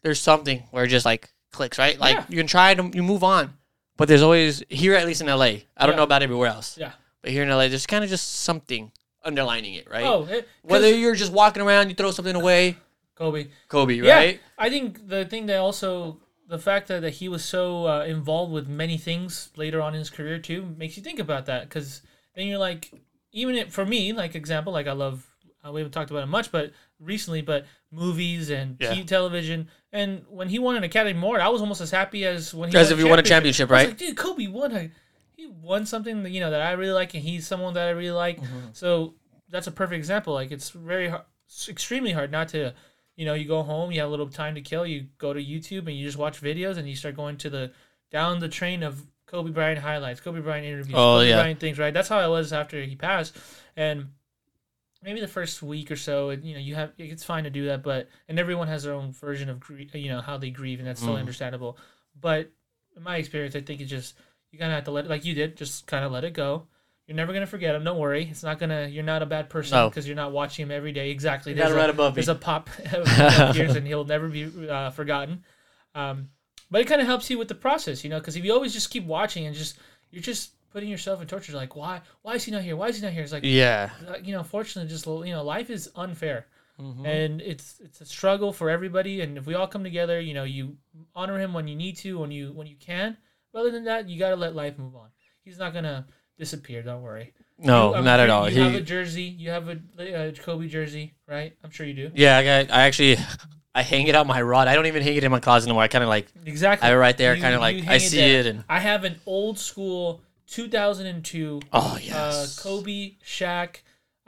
D: there's something where it just like clicks, right? Like
A: Yeah.
D: you can try to you move on, but there's always here at least in LA. I don't
A: Yeah.
D: know about everywhere else,
A: yeah.
D: but here in LA, there's kind of just something underlining it, right?
A: Oh, it,
D: Whether
A: 'cause-
D: you're just walking around, you throw something away,
A: Kobe,
D: Kobe,
A: Yeah.
D: right?
A: I think the thing that also the fact that, that he was so uh, involved with many things later on in his career too makes you think about that because then you're like, even it, for me, like example, like I love uh, we haven't talked about it much, but recently, but movies and
D: Yeah.
A: TV, television, and when he won an Academy Award, I was almost as happy as when he
D: As if you won a championship,
A: I was
D: right?
A: like, Dude, Kobe won. A, he won something that, you know that I really like, and he's someone that I really like.
D: Mm-hmm.
A: So that's a perfect example. Like it's very hard, it's extremely hard not to, you know, you go home, you have a little time to kill, you go to YouTube and you just watch videos, and you start going to the down the train of Kobe Bryant highlights, Kobe Bryant interviews,
D: Oh,
A: Kobe
D: yeah.
A: Bryant things. Right, that's how I was after he passed, and maybe the first week or so, it- you know, you have it's fine to do that, but and everyone has their own version of grief, you know, how they grieve, and that's totally
D: Mm.
A: understandable. But in my experience, I think it just you kind of have to let it, like you did, just kind of let it go. You're never gonna forget him. Don't worry. It's not gonna. You're not a bad person
D: No.
A: because you're not watching him every day. Exactly.
D: You're not
A: There's a-
D: right above me.
A: There's a pop of years, and he'll never be uh, forgotten. Um, but it kind of helps you with the process, you know, because if you always just keep watching and just you're just putting yourself in torture, like why why is he not here? Why is he not here? It's like
D: Yeah.
A: uh, you know, fortunately, just l- you know, life is unfair,
D: Mm-hmm.
A: and it's it's a struggle for everybody. And if we all come together, you know, you honor him when you need to, when you when you can. But other than that, you gotta let life move on. He's not gonna disappear. Don't worry.
D: No,
A: You- I'm
D: not at
A: sure
D: all.
A: You
D: He-
A: have a jersey. You have a uh, Kobe jersey, right? I'm sure you do.
D: yeah, I, got, I actually I hang it on my rod. I don't even hang it in my closet anymore. I kind of like
A: Exactly.
D: I right there,
A: You-
D: kind
A: you
D: of like I
A: hang
D: see
A: there.
D: it and
A: I have an old school 2002
D: oh
A: uh,
D: yes,
A: Kobe, Shaq,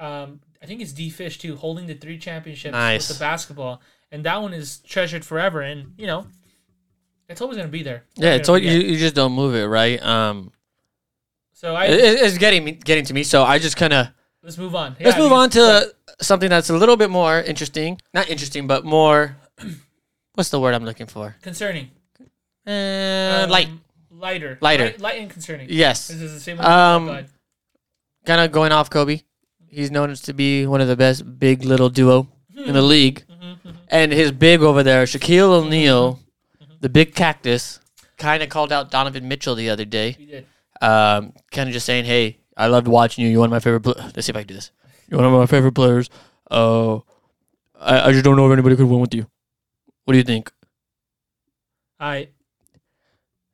A: um, I think it's D Fish too, holding the three championships
D: Nice.
A: with the basketball, and that one is treasured forever. And you know, it's always gonna be there.
D: Yeah,
A: Never
D: it's all,
A: forget.
D: you, you just don't move it, right? Um,
A: So
D: it,
A: I
D: it- it's getting me, getting to me. So I just kind of
A: let's move on.
D: let's
A: Yeah,
D: move
A: because-
D: on to something that's a little bit more interesting. Not interesting, but more. What's the word I'm looking for?
A: concerning.
D: Uh,
A: Um,
D: light.
A: lighter,
D: Lighter.
A: light, light and concerning.
D: Yes.
A: This is the same. One Oh Go
D: Um,
A: ahead.
D: kind of going off Kobe. He's known as to be one of the best big little duo in
A: Hmm.
D: the league,
A: Mm-hmm,
D: and his big over there, Shaquille O'Neal,
A: Mm-hmm,
D: the big cactus, kind of called out Donovan Mitchell the other day.
A: You did.
D: um, kind of just saying, "Hey, I loved watching you. You're one of my favorite. Pl- Let's see if I can do this. You're one of my favorite players. Uh, I, I just don't know if anybody could win with you. What do you think?
A: I.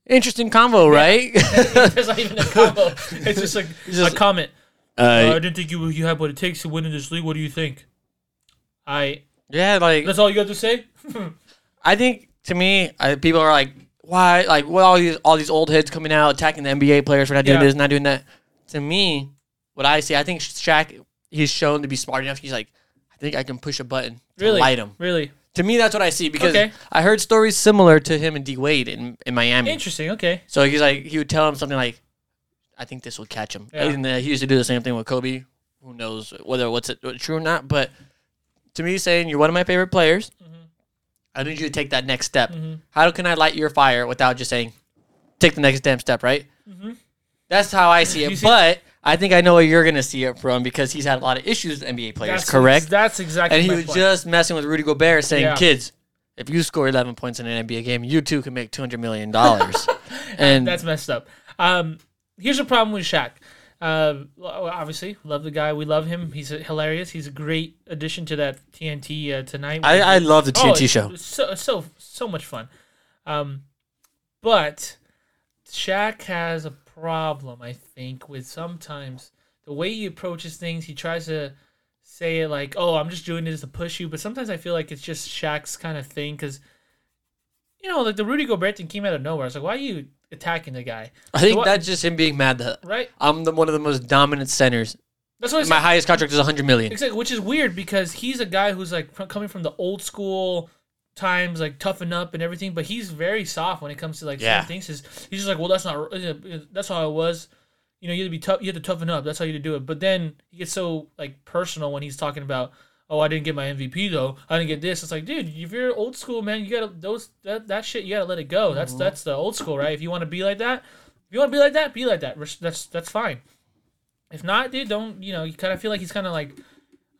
D: Interesting combo, right?
A: There's not even a combo. It's just like
D: Just-
A: a comment. Uh, I
D: uh,
A: didn't think you you had what it takes to win in this league. What do you think? I.
D: yeah, like
A: That's all you got to say.
D: I think to me, I, people are like, why? Like, what all these all these old heads coming out attacking the NBA players for not doing
A: Yeah.
D: this, not doing that. To me, what I see, I think Shaq, he's shown to be smart enough. He's like, I think I can push a button to
A: really?
D: light him.
A: Really.
D: To me, that's what I see because
A: Okay.
D: I heard stories similar to him and D Wade in, in Miami.
A: Interesting. Okay.
D: So he's like, he would tell him something like, "I think this will catch him."
A: Yeah.
D: And uh, he used to do the same thing with Kobe. Who knows whether what's it, what's true or not? But to me, saying you're one of my favorite players,
A: Mm-hmm.
D: I need you to take that next step. How can I light your fire without just saying, "Take the next damn step"? Right.
A: Mm-hmm.
D: That's how I see
A: You
D: it.
A: see-
D: but I think I know where you're gonna see it from because he's had a lot of issues with NBA players.
A: That's
D: correct.
A: ex- That's exactly.
D: And he
A: my
D: was
A: point.
D: just messing with Rudy Gobert, saying,
A: Yeah.
D: "Kids, if you score 11 points in an NBA game, you too can make 200 million dollars." and
A: that's messed up. Um, here's a problem with Shaq. Uh, lo- obviously, love the guy. We love him. He's hilarious. He's a great addition to that TNT uh, tonight.
D: I, I love the
A: Oh,
D: TNT
A: it's-
D: show.
A: it's So so so much fun. Um, but Shaq has a problem, I think, with sometimes the way he approaches things. He tries to say it like, "Oh, I'm just doing this to push you," but sometimes I feel like it's just Shaq's kind of thing because you know, like the Rudy Gobert thing came out of nowhere. I was like, "Why are you attacking the guy?"
D: I think
A: what-
D: that's just him being mad that
A: Right?
D: I'm the, one of the most dominant centers.
A: That's what I
D: My
A: said.
D: highest contract is 100 million.
A: Exactly, which is weird because he's a guy who's like fr- coming from the old school times, like toughen up and everything, but he's very soft when it comes to like
D: Yeah.
A: certain things. He's, he's just like, well, that's not, r- uh, uh, that's how I was. You know, you had to be tough, you had to toughen up. That's how you had to do it. But then he gets so like personal when he's talking about, oh, I didn't get my MVP though. I didn't get this. It's like, dude, if you're old school, man, you gotta those that, that shit. You gotta let it go. That's that's the old school, right? If you want to be like that, if you want to be like that, be like that. Res- That's that's fine. If not, dude, don't you know? You kind of feel like he's kind of like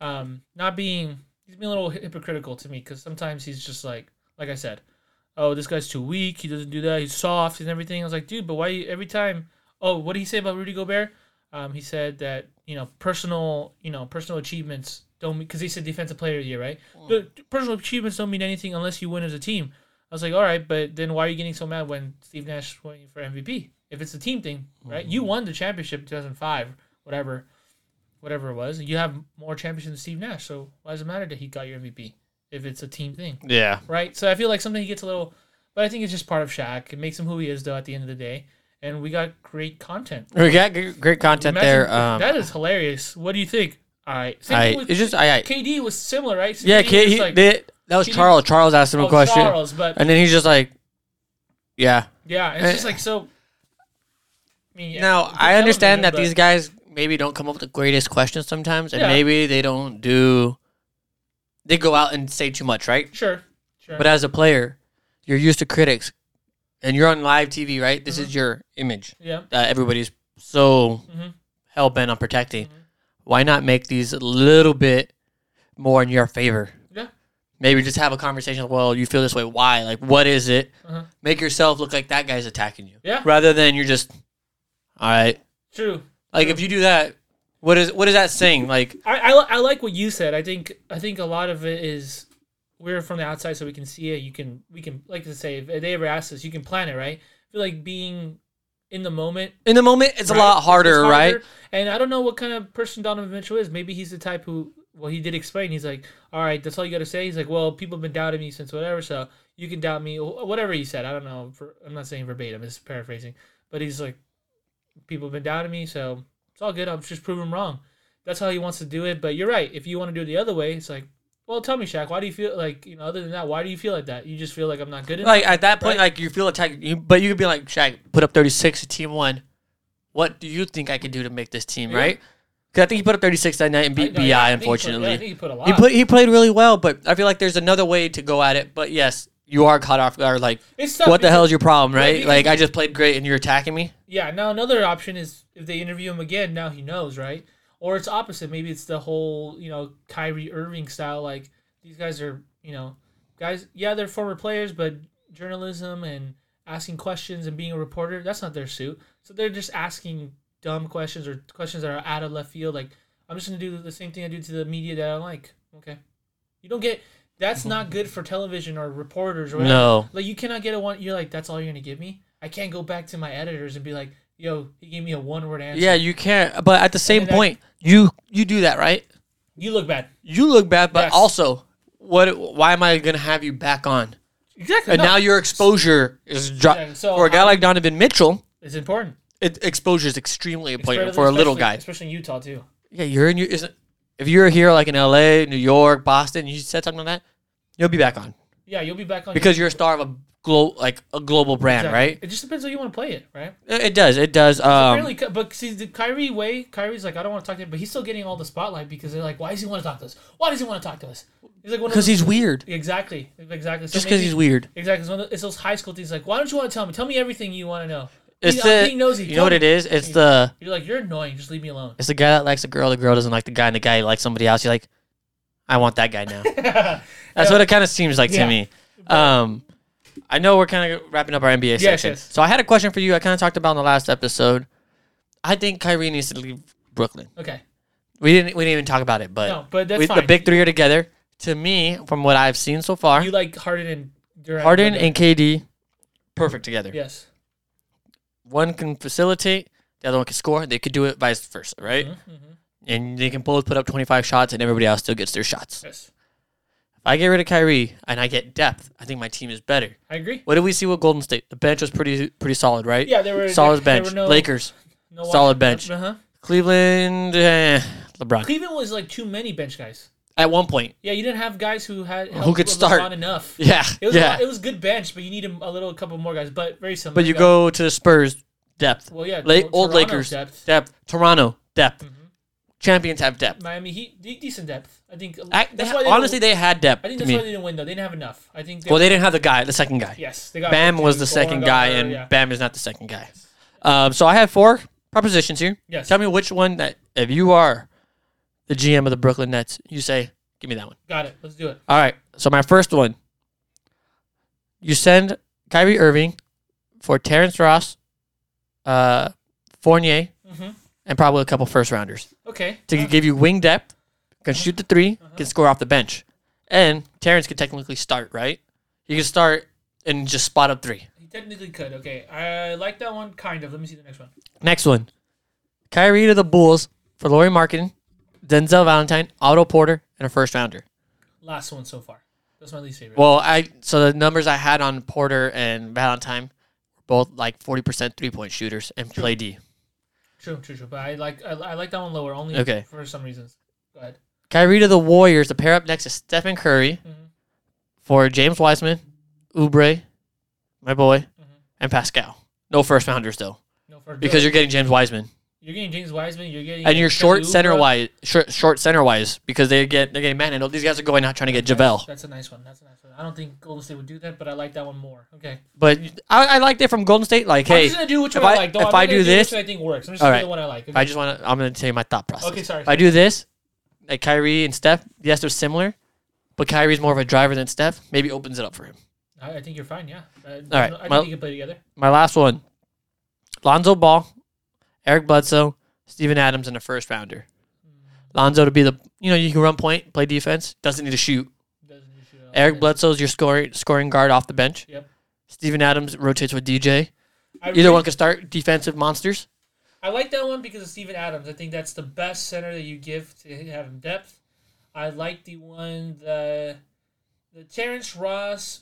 A: um, not being he's being a little hypocritical to me because sometimes he's just like like I said, oh this guy's too weak. He doesn't do that. He's soft and everything. I was like, dude, but why you, every time? Oh, what did he say about Rudy Gobert? Um, he said that you know personal you know personal achievements don't because he said defensive player of the year right. But personal achievements don't mean anything unless you win as a team. I was like, all right, but then why are you getting so mad when Steve Nash won for MVP? If it's a team thing, right? You won the championship in 2005, whatever whatever it was. You have more championships than Steve Nash, so why does it matter that he got your MVP if it's a team thing,
D: Yeah.
A: right? So I feel like something he gets a little, but I think it's just part of Shaq. It makes him who he is, though. At the end of the day, and we got great content.
D: We got g- great content
A: Imagine-
D: there. Um,
A: that is hilarious. What do you think? All right, same
D: I,
A: thing with-
D: it's just, I, I
A: KD was similar, right? So
D: yeah,
A: KD
D: kid,
A: was
D: he,
A: like,
D: they- that was
A: he did-
D: Charles. Charles asked him
A: "Oh,
D: a question,
A: Charles, but
D: and then he's just like, yeah.
A: yeah, it's just like so. I mean, yeah,
D: Now
A: it's
D: I understand that these
A: television,
D: guys maybe don't come up with the greatest questions sometimes, and
A: Yeah.
D: maybe they don't do. They go out and say too much, right?
A: but- sure, sure,
D: But as a player, you're used to critics, and you're on live TV, right? This
A: Mm-hmm.
D: is your image
A: yeah,
D: that everybody's so
A: Mhm.
D: hell bent on protecting.
A: Mm-hmm.
D: Why not make these a little bit more in your favor?
A: yeah,
D: Maybe just have a conversation. Like, well, you feel this way. Why? Like, what is it?
A: uh-huh.
D: Make yourself look like that guy's attacking you,
A: Yeah.
D: rather than you're just, all right.
A: true.
D: Like if you do that, what is what is that saying? Like
A: I, I, li- I like what you said. I think I think a lot of it is we're from the outside, so we can see it. You can we can like I say, if they ever ask us, you can plan it, right? I feel like being in the moment
D: in the moment, it's a
A: right?
D: lot harder,
A: It's
D: right?
A: And I don't know what kind of person Donovan Mitchell is. Maybe he's the type who, well, he did explain. He's like, all right, that's all you got to say. He's like, well, people have been doubting me since whatever, so you can doubt me, or whatever he said. I don't know. For, I'm not saying verbatim. It's paraphrasing, but he's like, people have been doubting me, so it's all good. I'm just prove him wrong. That's how he wants to do it. But you're right. If you want to do it the other way, it's like, well, tell me, Shaq, why do you feel like you know? Other than that, why do you feel like that? You just feel like I'm not good enough.
D: Like at that point, like you feel attacked, you, but you could be like Shaq, put up thirty six to team one. What do you think I could do to make this team,
A: Yeah.
D: right? Because I think he put up thirty six that night and
A: I-
D: beat
A: no, yeah,
D: Bi.
A: I think he put- yeah,
D: Unfortunately,
A: I think he put a lot.
D: he put he played really well, but I feel like there's another way to go at it. But yes, you are caught off guard. Like
A: It's tough
D: what the
A: because-
D: hell is your problem, right?
A: because-
D: Like I just played great and you're attacking me.
A: Yeah. Now another option is if they interview him again, now he knows, right? Or it's opposite. Maybe it's the whole you know Kyrie Irving style. Like these guys are you know guys. Yeah, they're former players, but journalism and asking questions and being a reporter that's not their suit. So they're just asking dumb questions or questions that are out of left field. Like I'm just gonna do the same thing I do to the media that I don't like. Okay, you don't get. That's not good for television or reporters or whatever.
D: No,
A: Like you cannot get a one. You're like, that's all you're gonna give me. I can't go back to my editors and be like, yo, he gave me a one word answer.
D: yeah, you can't. But at the same
A: then I-
D: point, you you do that, right?
A: you look bad.
D: you look bad, but
A: Yes.
D: also, what? Why am I gonna have you back on?
A: Exactly.
D: And now your exposure is dro-
A: Yeah, so
D: for a guy
A: how-
D: like Donovan Mitchell.
A: it's important
D: It, exposure is extremely important
A: Especially-
D: for a little
A: especially-
D: guy.
A: especially in Utah too.
D: Yeah, you're in your. Isn't, if you're here like in L.A., New York, Boston, you said something like that, you'll be back on
A: Yeah, you'll be back on
D: because you're a star of a glo- like a global brand,
A: Exactly.
D: right?
A: It just depends how you want to play it, right?
D: It, it does. It does. Um,
A: Apparently, Ky- but see, the Kyrie way, Kyrie's like, I don't want to talk to him, but he's still getting all the spotlight because they're like, why does he want to talk to us? Why does he want to talk to us? He's like, one of
D: because
A: those-
D: he's weird.
A: exactly, exactly. So
D: Just because
A: maybe-
D: he's weird.
A: Exactly. It's, one of, the- it's those high school things like, why don't you want to tell me? Tell me everything you want to know. uh,
D: It's
A: He's- I'm
D: the,
A: being nosy.
D: you
A: Tell
D: know what
A: me.
D: it is? It's the
A: You're like, you're annoying. Just leave me alone.
D: it's the guy that likes a girl, the girl doesn't like the guy, and the guy likes somebody else. You're like, I want that guy now. That's what it kind of seems like
A: Yeah.
D: to me. Um, I know we're kind of wrapping up our NBA
A: Yes,
D: section.
A: yes.
D: So I had a question for you. I kind of talked about in the last episode. I think Kyrie needs to leave Brooklyn.
A: Okay.
D: We didn't. We didn't even talk about it, but
A: No, but that's
D: we-
A: fine.
D: the big three are together. To me, from what I've seen so far,
A: You like Harden and Durant.
D: Harden
A: together.
D: and KD, perfect together.
A: yes.
D: One can facilitate, the other one can score. They could do it vice versa, right?
A: Mm-hmm,
D: And they can both put up 25 shots, and everybody else still gets their shots. If
A: Yes.
D: I get rid of Kyrie and I get depth, I think my team is better.
A: I agree.
D: What did we see with Golden State? The bench was pretty pretty solid, right?
A: Yeah, there were
D: solid
A: there- there
D: bench.
A: were no-
D: Lakers,
A: No
D: solid bench.
A: Uh-huh.
D: Cleveland, eh, LeBron.
A: Cleveland was like too many bench guys.
D: At one point,
A: Yeah, you didn't have guys who had
D: Who could
A: helped
D: start.
A: LeBron enough.
D: yeah,
A: It was a
D: yeah.
A: lot- it was good bench, but you need a, a little couple more guys. But very similar.
D: but you go to the Spurs, depth.
A: Well, yeah,
D: La-
A: Tor-
D: old
A: Toronto's
D: Lakers, depth.
A: depth. Mm-hmm.
D: Toronto, depth. Champions have depth.
A: Miami Heat de- decent depth. I think.
D: I,
A: that's
D: they-
A: why they
D: honestly, they had depth.
A: I think
D: to
A: that's
D: me.
A: why they didn't win though. They didn't have enough. I think. They
D: Well, they didn't have the guy, the second guy.
A: Yes, they got.
D: Bam was the
A: Orlando,
D: second guy, and
A: yeah.
D: Bam is not the second guy. Um, so I have four propositions here.
A: Yes.
D: Tell me which one that, if you are the GM of the Brooklyn Nets, you say, give me that one.
A: Got it. Let's do it.
D: All right. So my first one, you send Kyrie Irving for Terrence Ross, uh, Fournier,
A: Mhm.
D: and probably a couple first rounders
A: Okay.
D: to give you wing depth, can shoot the 3
A: Uh-huh.
D: can score off the bench, and Terrence can technically start. Right? You can start and just spot up three.
A: He technically could. Okay. I like that one kind of. Let me see the next one.
D: Next one. Kyrie to the Bulls for Laurie Markin, Denzel Valentine, Otto Porter, and a first rounder.
A: Last one so far. That's my least favorite.
D: Well, I so the numbers I had on Porter and Valentine both like 40% three point shooters and play D.
A: true, true, true. But I like I, I like that one lower only
D: Okay.
A: for some reasons. Go ahead.
D: Kyrie to the Warriors to pair up next to Stephen Curry for James Wiseman, Oubre, my boy, and Pascal. No first rounders though,
A: No further.
D: because you're getting James Wiseman
A: you're getting James Wiseman. You're getting
D: and you're
A: Kelly
D: short
A: Oubre.
D: center wise, short, short center wise because they get they're getting manhandled. These guys are going out trying to get Javel.
A: That's, that's a nice one. That's a nice one. I don't think Golden State would do that, but I like that one more. Okay.
D: But I, I liked it from Golden State. Like,
A: I'm
D: hey,
A: just gonna do which
D: if
A: one I,
D: I-
A: like. though.
D: if
A: I'm
D: I
A: not gonna
D: do
A: which
D: this-
A: one I think works. I'm just
D: all
A: gonna
D: right.
A: do the one I like.
D: if I just want to, I'm going to tell you my thought process.
A: Okay, sorry,
D: If I do this, like Kyrie and Steph, yes, they're similar, but Kyrie's more of a driver than Steph. Maybe opens it up for him.
A: I, I think you're fine. Yeah. Uh,
D: All right,
A: I think
D: well-
A: you can play together.
D: My last one: Lonzo Ball, Eric Bledsoe, Steven Adams in the first rounder. Lonzo to be the, you know, you can run point, play defense, doesn't need to shoot.
A: Doesn't need you to-
D: Eric Bledsoe's your scoring scoring guard off the bench.
A: Yep.
D: Steven Adams rotates with DJ.
A: I
D: Either one
A: really-
D: can start defensive monsters.
A: I like that one because of Steven Adams. I think that's the best center that you give to have him depth. I like the one the the Terrence Ross,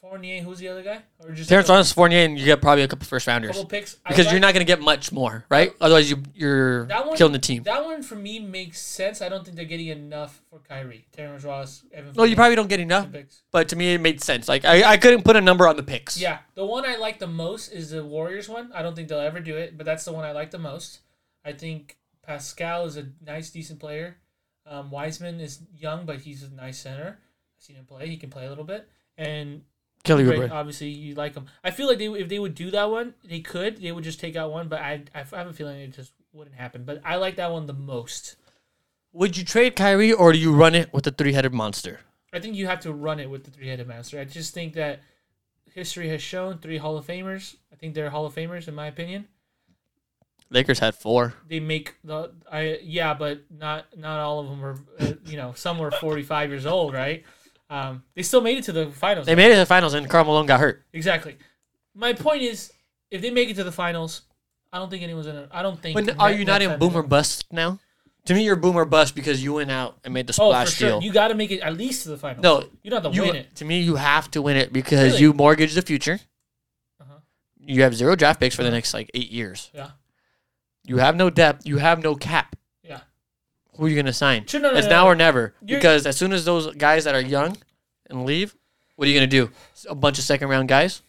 A: Fournier. Who's the other guy? Or just
D: Terrence
A: a
D: Ross, Fournier, and you get probably a couple first rounders.
A: couple picks I
D: because you're
A: like-
D: not going to get much more, right? Otherwise, you you're
A: That one-
D: killing the team.
A: That one for me makes sense. I don't think they're getting enough for Kyrie, Terrence Ross, Evan.
D: no, you
A: Fournier,
D: probably don't get enough,
A: the picks.
D: but to me, it made sense. Like I, I couldn't put a number on the picks.
A: Yeah, the one I like the most is the Warriors one. I don't think they'll ever do it, but that's the one I like the most. I think Pascal is a nice, decent player. Um, Wiseman is young, but he's a nice center. I've seen him play; he can play a little bit. And
D: Kelly
A: Oubre,
D: Oubre.
A: obviously, you like him. I feel like they if they would do that one, they could. They would just take out one, but I I have a feeling it just wouldn't happen. But I like that one the most.
D: Would you trade Kyrie or do you run it with the three-headed monster?
A: I think you have to run it with the three headed monster. I just think that history has shown three Hall of Famers. I think they're Hall of Famers in my opinion.
D: Lakers had four.
A: They make the I yeah, but not not all of them were uh, you know some were forty five years old, right? Um, they still made it to the finals.
D: They made it to the finals, and Karl Malone got hurt.
A: exactly. My point is, if they make it to the finals, I don't think anyone's in. A, I don't think.
D: But are
A: Net-
D: you not
A: Nets
D: in
A: fans-
D: boomer bust now? To me, you're boomer bust because you went out and made the
A: Oh, for
D: splash
A: sure.
D: deal.
A: You got to make it at least to the finals.
D: No,
A: you don't have to
D: You-
A: win it.
D: To me, you have to win it because
A: Really?
D: you mortgage the future.
A: Uh-huh.
D: You have zero draft picks for the next like eight years.
A: Yeah,
D: You have no depth. You have no cap.
A: yeah.
D: who are you going to sign?
A: Sure, no, no,
D: it's
A: no,
D: now
A: no.
D: or never.
A: You're-
D: because as soon as those guys that are young and leave, what are you going to do? A bunch of second round guys?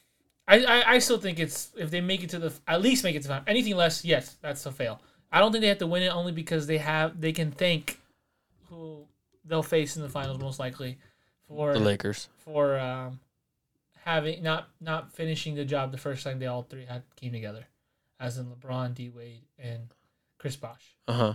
A: I, I, I still think it's if they make it to the at least make it to the final. Anything less, yes, that's a fail. I don't think they have to win it only because they have they can thank who they'll face in the finals most likely for
D: The Lakers.
A: for um, having not not finishing the job the first time they all three had came together, as in LeBron, D Wade, and Chris Bosh.
D: Uh huh.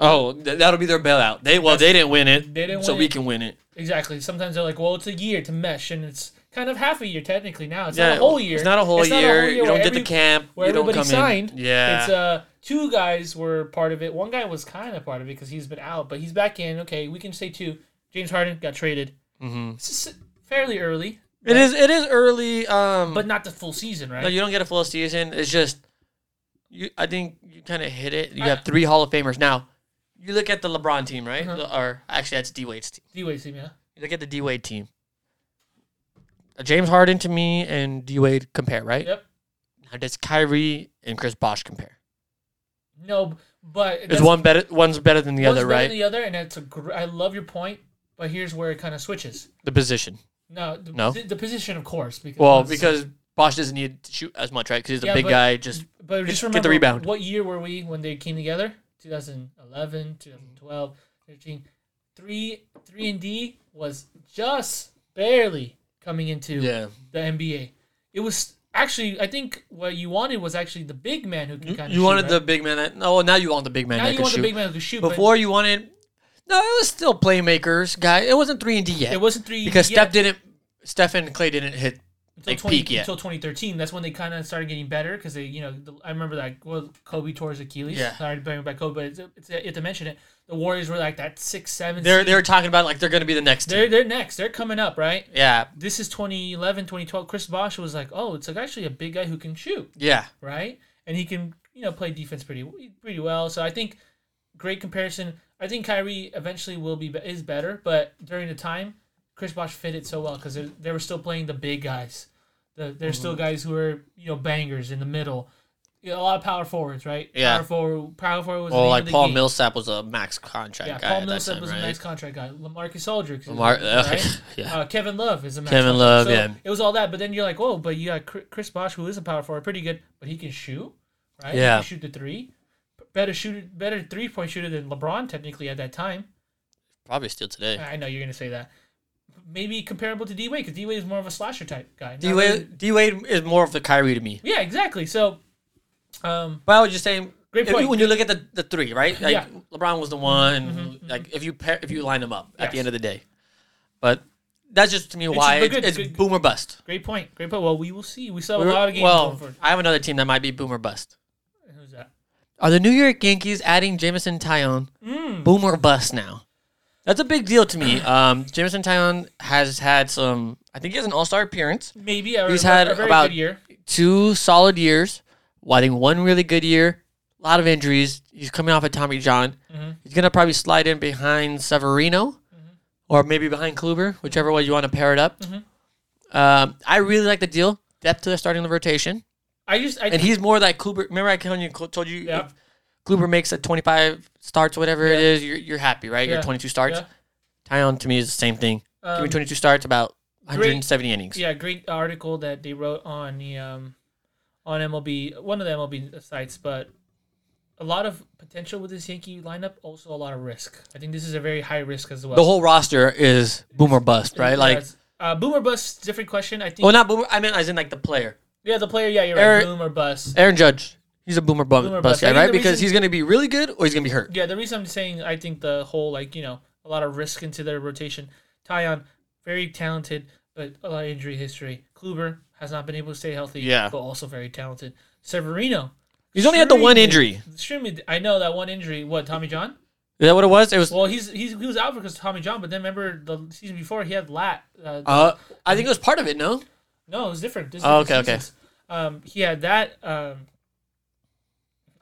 D: Oh, th- that'll be their bailout. They well, they didn't win it,
A: They didn't
D: so
A: win
D: we
A: it.
D: can win it.
A: Exactly. Sometimes they're like, well, it's a year to mesh, and it's kind of half a year technically now. It's
D: yeah,
A: not a whole year.
D: It's not a whole,
A: It's not a
D: year.
A: whole year
D: You don't
A: where
D: get the
A: every-
D: camp.
A: where
D: you don't
A: everybody
D: come
A: signed.
D: in. Yeah.
A: It's uh two guys were part of it. One guy was kind of part of it because he's been out, but he's back in. Okay, we can say two. James Harden got traded.
D: Mhm.
A: This is fairly early,
D: It is. It is early. Um,
A: but not the full season, right?
D: no, you don't get a full season. It's just, you. I think you kind of hit it. You have three Hall of Famers now. You look at the LeBron team, right?
A: Uh-huh.
D: The- Or actually, that's D Wade's team.
A: D Wade, yeah.
D: You look at the D Wade team. Uh, James Harden to me and D Wade compare, right?
A: Yep.
D: Now does Kyrie and Chris Bosh compare?
A: No, but
D: Is one better? One's better than the
A: one's
D: other,
A: better
D: right?
A: than The other, and it's a gr- I love your point, but here's where it kind of switches.
D: the position.
A: No, the,
D: No?
A: the, the position, of course. Because
D: Well, because Bosh doesn't need to shoot as much, right? Because he's a
A: Yeah,
D: big
A: but-
D: guy. Just
A: But just
D: Get
A: remember,
D: the rebound.
A: what year were we when they came together? 2011, 2012, 13. 3 3 and D was just barely coming into
D: yeah.
A: the NBA. It was actually I think what you wanted was actually the big man who can kind of
D: Mm-hmm. You wanted the big man. That, no, now you want the big man
A: Now
D: that
A: you
D: can
A: want
D: shoot.
A: the big man who can shoot. but
D: Before you wanted, no, it was still playmakers, guy. It wasn't three and D yet.
A: it wasn't 3
D: because
A: yet
D: Steph didn't, Steph and Clay didn't hit
A: until
D: like, peak yet.
A: until 2013. That's when they kind of started getting better because they, you know, the, I remember that well, Kobe tore his Achilles.
D: Yeah.
A: Sorry to bring it back Kobe, but it's, it's, you have to mention it. The Warriors were like that six, seven.
D: They're
A: seed.
D: they're talking about like they're gonna be the next
A: they're
D: team.
A: they're next. They're coming up, right?
D: Yeah,
A: This is 2011, 2012. Chris Bosch was like, oh, it's like actually a big guy who can shoot,
D: yeah.
A: right? And he can, you know, play defense pretty pretty well. So I think great comparison. I think Kyrie eventually will be is better, but during the time, Chris Bosch fit it so well because they were still playing the big guys. The, there's still
D: Mm-hmm.
A: guys who are you know bangers in the middle. You know, a lot of power forwards, right?
D: Yeah.
A: Power forward. Power forward was the
D: Well,
A: name
D: like
A: of the
D: Paul
A: game.
D: Millsap was a max contract
A: Yeah,
D: guy.
A: Paul
D: at that
A: Millsap
D: time,
A: was
D: right?
A: a max contract guy. Lamarcus Aldridge. is-
D: Mar-
A: right?
D: yeah.
A: Uh, Kevin Love is a max
D: Kevin
A: contract.
D: Love,
A: So
D: yeah.
A: It was all that, but then you're like, oh, but you got Chr- Chris Bosch, who is a power forward, pretty good, but he can shoot, right? He
D: Yeah.
A: can shoot the three. Better shooter, better three point shooter than LeBron technically at that time.
D: Probably still today.
A: I know you're gonna say that. Maybe comparable to D Wade because D Wade is more of a slasher type guy. Not
D: D
A: really-
D: Wade D Wade is more of the Kyrie to me.
A: Yeah, exactly. So, um,
D: But I was just saying,
A: Great
D: if you-
A: point.
D: when you look at the, the three, right? Like
A: Yeah. Mm-hmm,
D: LeBron was the one. Like if you pair, if you line them up at the
A: Yes.
D: end of the day, but that's just to me
A: It's-
D: why
A: but
D: it's,
A: good,
D: it's
A: good-
D: boom or bust.
A: great point. Great point. Well, we will see. We saw a
D: We were-
A: lot of games.
D: well,
A: going forward.
D: I have another team that might be boom or bust.
A: who's that?
D: Are the New York Yankees adding Jameson Tyone
A: Hmm.
D: boom or bust now? That's a big deal to me. Um, Jameson Tyone has had some. I think he has an All Star appearance.
A: Maybe a,
D: He's
A: a-
D: had
A: a very
D: about-
A: good year.
D: two solid years. Well, I think one really good year. A lot of injuries. He's coming off of Tommy John.
A: Mm-hmm.
D: He's gonna probably slide in behind Severino, or maybe behind Kluber, whichever way you want to pair it up.
A: Mm-hmm.
D: Um, I really like the deal. Depth to the starting rotation,
A: I just I
D: and he's more like Kluber. Remember, I told you, told you,
A: Yeah.
D: if Kluber makes a twenty-five starts, whatever it is, you're, you're happy, right?
A: Yeah.
D: Your twenty-two starts.
A: Yeah.
D: Tyon to me is the same thing. Give me
A: Um,
D: twenty-two starts, about one hundred and seventy innings.
A: Yeah, great article that they wrote on the um, on MLB, one of the MLB sites, but a lot of potential with this Yankee lineup, also a lot of risk. I think this is a very high risk as well.
D: The whole roster is boom or bust, right? Like
A: Yes. uh, boom or bust, different question. I think.
D: Well, not boomer. I mean, as in like the player,
A: yeah, the player. Yeah, you're
D: Eric-
A: right. Boom or bust.
D: Aaron Judge. He's a boomer, bum,
A: Boomer
D: bust
A: bust. I
D: guy,
A: think
D: right?
A: the
D: Because
A: reason-
D: he's going to be really good or he's going to be hurt.
A: Yeah, the reason I'm saying I think the whole like you know a lot of risk into their rotation. Tyon, very talented, but a lot of injury history. Kluber has not been able to stay healthy.
D: Yeah.
A: but also very talented. Severino.
D: He's only had the one injury.
A: Extremely, I know that one injury. What Tommy John?
D: Is that what it was? It was.
A: Well, he's, he's he was out because of Tommy John, but then remember the season before he had lat. Uh,
D: Uh, I think it was part of it. No,
A: no, it was different. This
D: Oh,
A: is different
D: okay, okay.
A: seasons. Um, he had that. Um,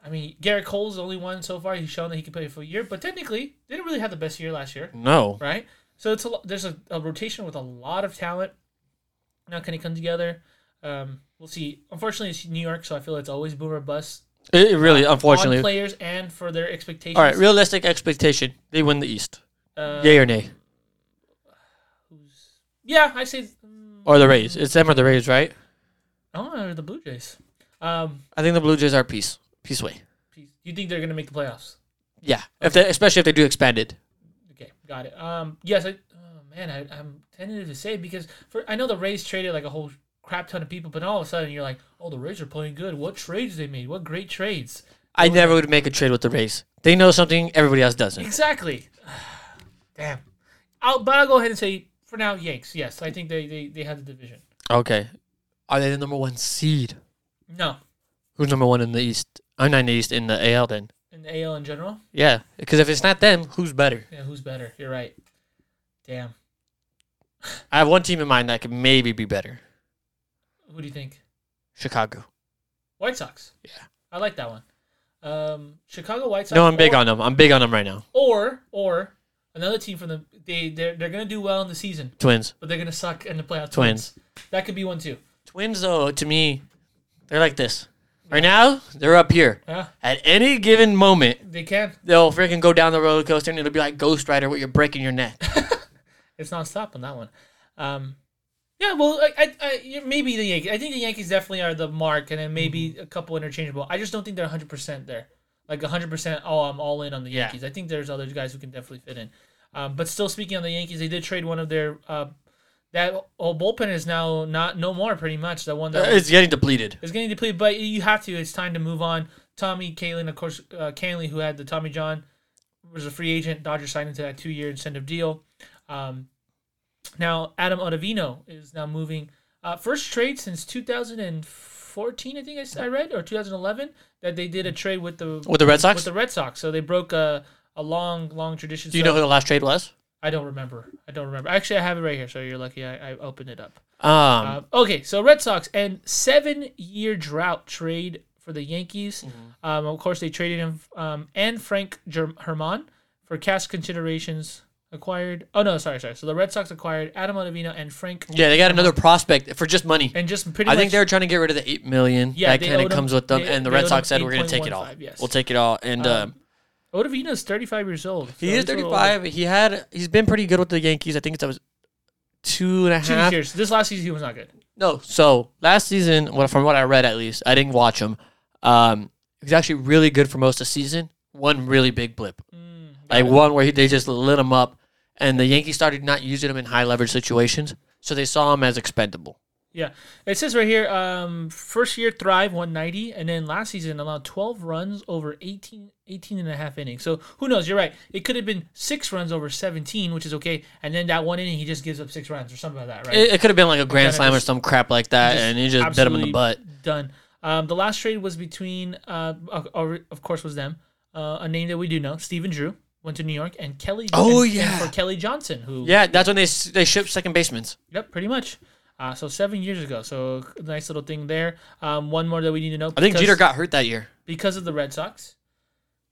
A: I mean, Garrett Cole's the only one so far. He's shown that he can play for a year, but technically didn't really have the best year last year,
D: no.
A: right? So it's a, lo- there's a, a rotation with a lot of talent. Now can it come together? Um, we'll see. Unfortunately, it's New York, so I feel it's always boom or bust
D: It, it really,
A: on
D: unfortunately.
A: players and for their expectations.
D: All right, realistic expectation. They win the East.
A: Uh,
D: Yay or nay?
A: Yeah, I say. mm,
D: Or the Rays? It's them or the Rays, right?
A: I don't know Oh, the Blue Jays. Um,
D: I think the Blue Jays are peace, peace way.
A: geez, you think they're gonna make the playoffs?
D: Yeah, if they, especially if they do expand it.
A: Okay, got it. Um, yes, I. Oh man, I, I'm tentative to say because for I know the Rays traded like a whole crap ton of people, but all of a sudden you're like, oh, the Rays are playing good. What trades they made? What great trades?
D: I never would make a trade with the Rays. They know something everybody else doesn't.
A: Exactly. Damn. I'll, but I'll go ahead and say for now, Yanks. Yes, I think they they, they have the division.
D: Okay. Are they the number one seed?
A: No,
D: Who's number one in the East? I'm not in the East in the AL then.
A: in the AL in general.
D: Yeah, because if it's not them, who's better?
A: Yeah, who's better? You're right. Damn.
D: I have one team in mind that could maybe be better.
A: Who do you think?
D: Chicago.
A: White Sox. Yeah. I like that one. Um, Chicago White Sox.
D: No, I'm big
A: or-
D: on them. I'm big on them right now.
A: Or or another team from the they they're, they're gonna do well in the season,
D: Twins.
A: but they're gonna suck in the playoff.
D: Twins.
A: That could be one too.
D: Twins though, to me, they're like this. Right now, they're up here.
A: Yeah,
D: At any given moment,
A: they can.
D: they'll freaking go down the roller coaster and it'll be like Ghost Rider where you're breaking your neck.
A: It's nonstop on that one. Um, yeah, well, I, I, I yeah, maybe the Yankees. I think the Yankees definitely are the mark, and then maybe
D: Mm-hmm.
A: a couple interchangeable. I just don't think they're 100 percent there. Like 100 percent. Oh, I'm all in on the
D: Yeah.
A: Yankees. I think there's other guys who can definitely fit in. Um, but still, speaking on the Yankees, they did trade one of their. Uh, that whole bullpen is now not no more pretty much. The one that
D: it's getting depleted.
A: It's getting depleted, but you have to. It's time to move on. Tommy Kalen, of course, uh, Canley, who had the Tommy John, was a free agent. Dodgers signed into that two-year incentive deal. Um, now Adam Ottavino is now moving. Uh, first trade since 2014, I think I, s- I read, or 2011, that they did a trade with the
D: With the Red Sox?
A: with the Red Sox. So they broke a, a long, long tradition.
D: Do you
A: So-
D: know who the last trade was?
A: I don't remember. I don't remember. Actually, I have it right here, so you're lucky. I, I opened it up.
D: Um,
A: Um, okay, so Red Sox and seven year drought trade for the Yankees.
D: Mm-hmm.
A: Um, of course, they traded him um, and Frank Germ- Herman for cash considerations. Acquired. Oh no, sorry, sorry. So the Red Sox acquired Adam Ottavino and Frank,
D: yeah, they got another prospect for just money.
A: uh, and just pretty.
D: I
A: much,
D: think they're trying to get rid of the eight million.
A: Yeah,
D: that
A: they
D: kind
A: owed
D: of
A: 'em-
D: comes with them.
A: they-
D: and the
A: they
D: Red
A: owed
D: Sox said
A: 'em
D: we're going to take it all.
A: 8.15, yes.
D: We'll take it all. And um,
A: Ottavino is thirty five years old. so
D: he
A: he's
D: is
A: a little
D: 35. He had he's been pretty good with the Yankees. I think it's that was two and a
A: Two
D: half.
A: years. This last season he was not good.
D: No, so last season, what from what I read at least, I didn't watch him. Um, he was actually really good for most of the season. One really big blip, like one where he, they just lit him up, and the Yankees started not using him in high leverage situations, so they saw him as expendable.
A: Yeah, it says right here, um, first year thrive 190, and then last season allowed 12 runs over 18, 18 and a half innings. So who knows? You're right. It could have been six runs over 17, which is okay, and then that one inning he just gives up six runs or something like that, right?
D: It, it could have been like a grand
A: Kinda
D: slam or
A: just-
D: some crap like that, and he just bit him in the
A: absolutely
D: butt.
A: Done. Um, the last trade was between, uh, of- of of course, was them. Uh, a name that we do know, Stephen Drew went to New York, and Kelly.
D: Oh,
A: and- and
D: yeah.
A: for Kelly Johnson, who
D: Yeah, that's when they s- they shipped second basemans.
A: Yep, pretty much. Uh, so seven years ago. So a nice little thing there. Um, one more that we need to know.
D: I think
A: because-
D: Jeter got hurt that year.
A: because of the Red Sox.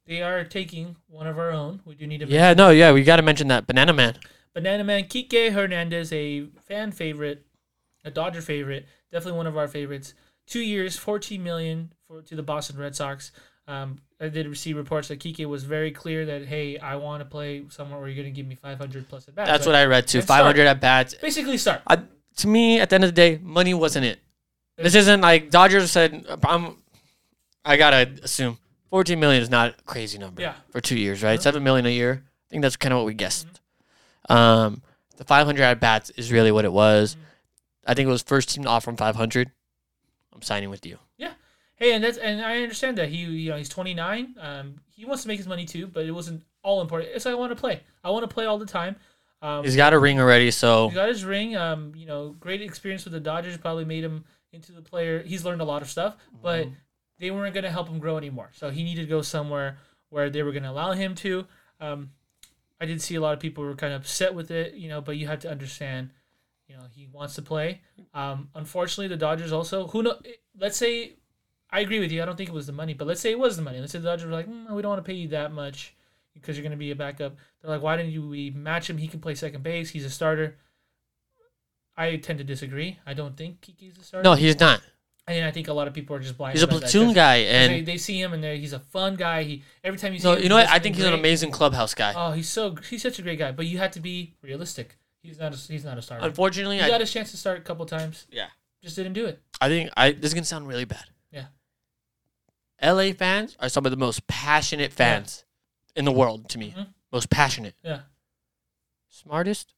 A: They are taking one of our own. We do need to
D: Yeah, no, yeah, we got to mention that Banana Man.
A: Banana Man Kike Hernandez, a fan favorite, a Dodger favorite, definitely one of our favorites. Two years, fourteen million for to the Boston Red Sox. Um, I did receive reports that Kike was very clear that hey, I want to play somewhere where you're going to give me 500 plus at bats.
D: That's what I read too.
A: And start.
D: Five hundred at bats.
A: basically start.
D: I, to me, at the end of the day, money wasn't it. This isn't like Dodgers said. I'm, I gotta assume fourteen million is not a crazy number.
A: Yeah. Mm-hmm.
D: For two years, right? Seven million a year. I think that's kind of what we guessed. Um, the five hundred at bats is really what it was. I think it was first team to offer him five hundred. I'm signing with you.
A: Yeah. Hey, and that's and I understand that he you know he's 29. Um, he wants to make his money too, but it wasn't all important. It's I want to play. I want to play all the time. Um,
D: He's got a ring already, so
A: He got his ring. Um, you know, great experience with the Dodgers probably made him into the player. He's learned a lot of stuff, but they weren't going to help him grow anymore. So he needed to go somewhere where they were going to allow him to. Um, I did see a lot of people were kind of upset with it, you know, but you have to understand, you know, he wants to play. Um, unfortunately, the Dodgers also who know. Let's say I agree with you. I don't think it was the money, but let's say it was the money. Let's say the Dodgers were like, mm, we don't want to pay you that much because you're going to be a backup. They're like, why didn't you we match him? He can play second base. He's a starter. I tend to disagree. I don't think Kiki's a starter.
D: no, he's not.
A: and I think a lot of people are just blind.
D: He's a
A: about that
D: platoon
A: 'cause-
D: guy,
A: 'cause
D: and
A: they, they see him and they- he's a fun guy. He every time you see
D: no,
A: him,
D: you know what?
A: does
D: I think he's an
A: something great.
D: amazing clubhouse guy.
A: Oh, he's so he's such a great guy, but you have to be realistic. He's not a, he's not a starter.
D: Unfortunately,
A: He
D: I,
A: got his chance to start a couple times,
D: yeah.
A: just didn't do it.
D: I think I this is gonna sound really bad.
A: Yeah.
D: LA fans are some of the most passionate fans in the world to me.
A: Mhm.
D: Most passionate.
A: Yeah,
D: Smartest?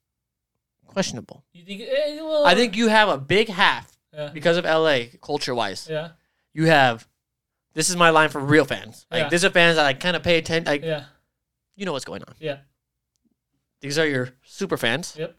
D: Questionable.
A: you think? eh, well,
D: I think you have a big half
A: Yeah,
D: because of LA culture wise.
A: yeah,
D: You have this is my line for real fans. Like
A: Yeah.
D: these are fans that like kind of pay attention like
A: yeah,
D: you know what's going on.
A: yeah.
D: These are your super fans.
A: Yep.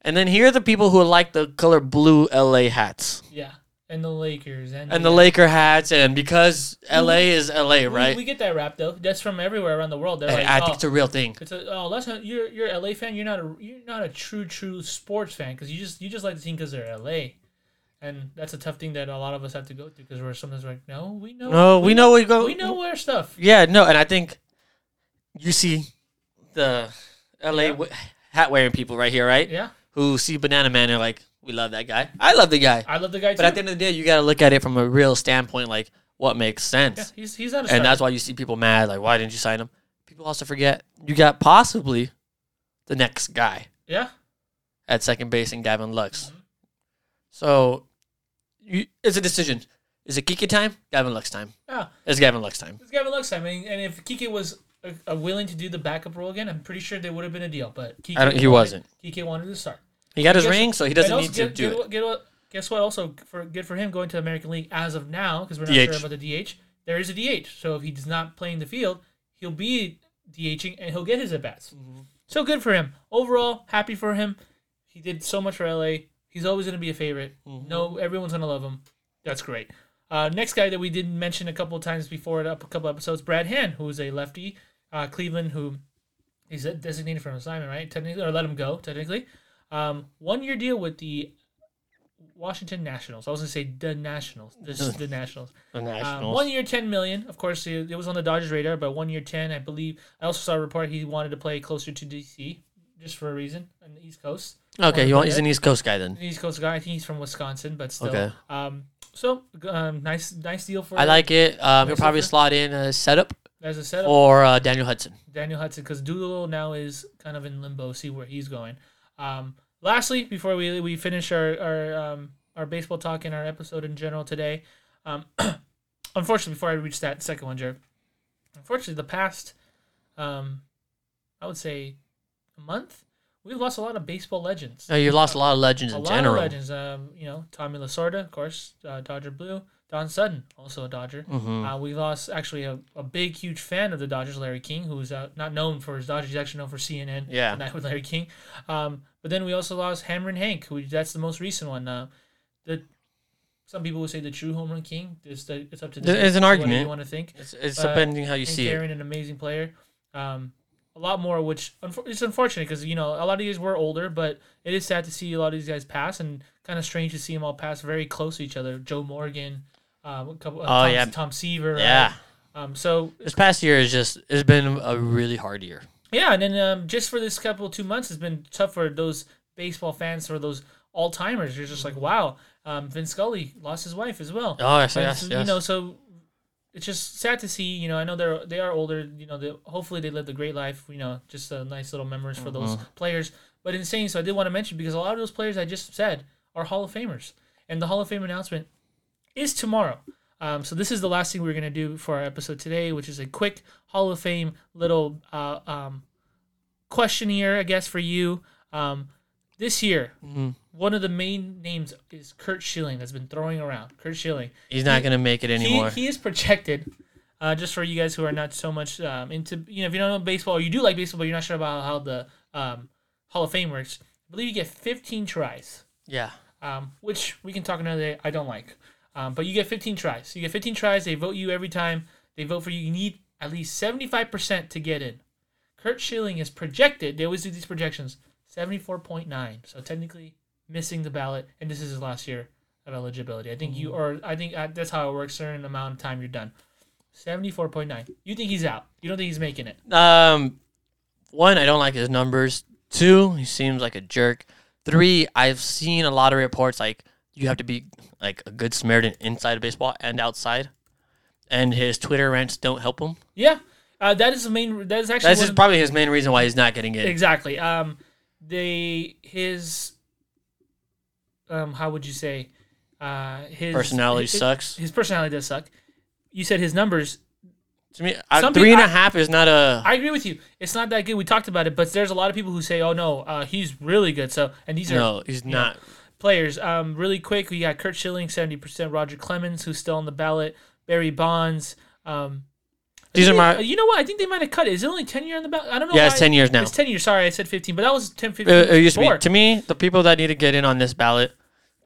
D: And then here are the people who like the color blue LA hats
A: Yeah. And the Lakers and,
D: and the Laker hats, and because LA is LA,
A: We-
D: right?
A: We, get that rap though. That's from everywhere around the world. They're
D: And
A: like,
D: I
A: oh,
D: think it's a real thing.
A: It's a, oh, that's not, you're you're a LA fan. You're not a you're not a true true sports fan because you just you just like the team because they're LA, and that's a tough thing that a lot of us have to go through because we're sometimes like no we know
D: No, we know we go.
A: we know our stuff.
D: Yeah, no, and I think you see the LA
A: Yeah.
D: w- hat wearing people right here, right?
A: Yeah,
D: Who see Banana Man and are like, we love that guy. I love the guy.
A: I love the guy too.
D: But at the end of the day, you got to look at it from a real standpoint, like what makes sense.
A: yeah, he's he's not a
D: And
A: star.
D: that's why you see people mad, like, why didn't you sign him? People also forget you got possibly the next guy
A: yeah
D: at second base in Gavin Lux.
A: Mm-hmm.
D: So you, it's a decision. Is it Kiki time? Gavin Lux time.
A: yeah.
D: It's Gavin Lux time.
A: It's Gavin Lux time, and, and if Kike was uh, uh, willing to do the backup role again, I'm pretty sure there would have been a deal. But Kike
D: I don't- he
A: wanted-
D: wasn't.
A: Kike wanted to start.
D: He got his
A: Guess-
D: ring, so he
A: And
D: doesn't
A: also
D: need to
A: get-
D: do
A: get
D: it.
A: what- get what- guess what? Also, for good for him going to American League as of now because we're not
D: DH.
A: sure about the DH. There is a DH, so if he's not playing the field, he'll be DHing and he'll get his at bats. So good for him. Overall, happy for him. He did so much for LA. He's always going to be a favorite. No, everyone's going to love him. That's great. Uh, next guy that we didn't mention a couple of times before, up a couple episodes, Brad Hand, who is a lefty, uh, Cleveland, who he's designated for an assignment, right? Technically, or let him go technically. Um, one year deal with the Washington Nationals. I was gonna say the Nationals. This is the Nationals.
D: The
A: Um,
D: Nationals.
A: one year, ten million. Of course, it, it was on the Dodgers radar, but one year, ten. I believe. I also saw a report he wanted to play closer to DC, just for a reason, on the East Coast.
D: okay, you want, he's
A: Okay.
D: an East Coast guy then.
A: An East Coast guy. I think he's from Wisconsin, but still.
D: Okay.
A: Um. So, um, nice, nice deal for.
D: I like it. Um, he'll
A: Nice
D: probably
A: offer.
D: slot in a setup
A: as a setup.
D: or uh, Daniel Hudson.
A: Daniel Hudson because Doolittle now is kind of in limbo. See where he's going. Um, lastly, before we, we finish our our, um, our baseball talk and our episode in general today, um, unfortunately, before I reach that second one, Jared, unfortunately, the past, um, I would say, a month, we've lost a lot of baseball legends.
D: No, you Oh, lost a lot of legends
A: a
D: in
A: lot
D: general.
A: of legends. Um, you know, Tommy Lasorda, of course, uh, Dodger Blue. Don Sutton, also a
D: Mm.
A: Dodger.
D: Mm-hmm.
A: Uh, we lost actually a, a big, huge fan of the Dodgers, Larry King, who's uh, not known for his Dodgers. He's actually known for CNN.
D: Yeah.
A: The Night with Larry King. Um, but then we also lost Hammer and Hank, who that's the most recent one. Uh, the some people would say the true home run king. It's, the, it's up to
D: There is an
A: whatever
D: argument.
A: you want to think
D: It's, it's
A: Uh,
D: depending how you
A: and
D: see it.
A: Karen, an amazing player. Um, a lot more, which unfor- it's unfortunate because you know a lot of these were older, but it is sad to see a lot of these guys pass, and kind of strange to see them all pass very close to each other. Joe Morgan, um, a couple, uh,
D: Oh,
A: Tom,
D: yeah.
A: Tom Seaver, right?
D: Yeah.
A: Um, so
D: This past year is just it's been a really hard year.
A: yeah, and then um, just for this couple two months, it's been tough for those baseball fans for those all timers. You're just like, wow, um, Vince Scully lost his wife as well.
D: Oh yes,
A: So
D: yes,
A: it's,
D: yes.
A: You know, so it's just sad to see. You know, I know they're they are older. You know, they, hopefully they lived a great life. You know, just a nice little memories for those
D: Mm-hmm.
A: players. But insane. So I did want to mention because a lot of those players I just said are Hall of Famers, and the Hall of Fame announcement is tomorrow. Um, so this is the last thing we're gonna do for our episode today, which is a quick Hall of Fame little uh, um, questionnaire, I guess, for you. Um, this year,
D: Mm-hmm.
A: one of the main names is Kurt Schilling that's been throwing around. Kurt Schilling.
D: He's not gonna make it anymore.
A: He, he is projected. Uh, just for you guys who are not so much um, into, you know, if you don't know baseball, or you do like baseball, but you're not sure about how the um, Hall of Fame works. I believe you get 15 tries,
D: yeah.
A: um, which we can talk another day. I don't like, um, but you get 15 tries. You get 15 tries. They vote you every time. They vote for you. You need at least 75% to get in. Kurt Schilling is projected. They always do these projections. 74.9. So technically missing the ballot, and this is his last year of eligibility. I think you
D: Mm-hmm.
A: or I think uh, that's how it works. Certain amount of time, you're done. 74.9. You think he's out? You don't think he's making it?
D: Um, one, I don't like his numbers. Two, he seems like a jerk. Three, I've seen a lot of reports like you have to be like a good Samaritan inside of baseball and outside. And his Twitter rants don't help him.
A: Yeah. Uh, that is the main. That is actually
D: That's
A: one
D: his,
A: of-
D: probably his main reason why he's not getting it.
A: Exactly. Um, they his um, how would you say? Uh, his
D: Personality
A: his-
D: sucks.
A: His personality does suck. You said his numbers.
D: To me, I,
A: Some
D: three
A: peop-
D: and a half is not a.
A: I agree with you. It's not that good. We talked about it, but there's a lot of people who say, "Oh no, uh, he's really good." So, and these are
D: no, he's not.
A: players. Um, really quick, we got Kurt Schilling, seventy percent. Roger Clemens, who's still on the ballot. Barry Bonds. Um,
D: These are my.
A: Uh, You know what? I think they might have cut it. Is it only 10 year on the back? I don't know.
D: Yeah, it's
A: why-
D: 10 years now.
A: It's 10 years. Sorry, I said 15, but that was 10, 15.
D: It, it used to be.
A: before.
D: To me, the people that need to get in on this ballot,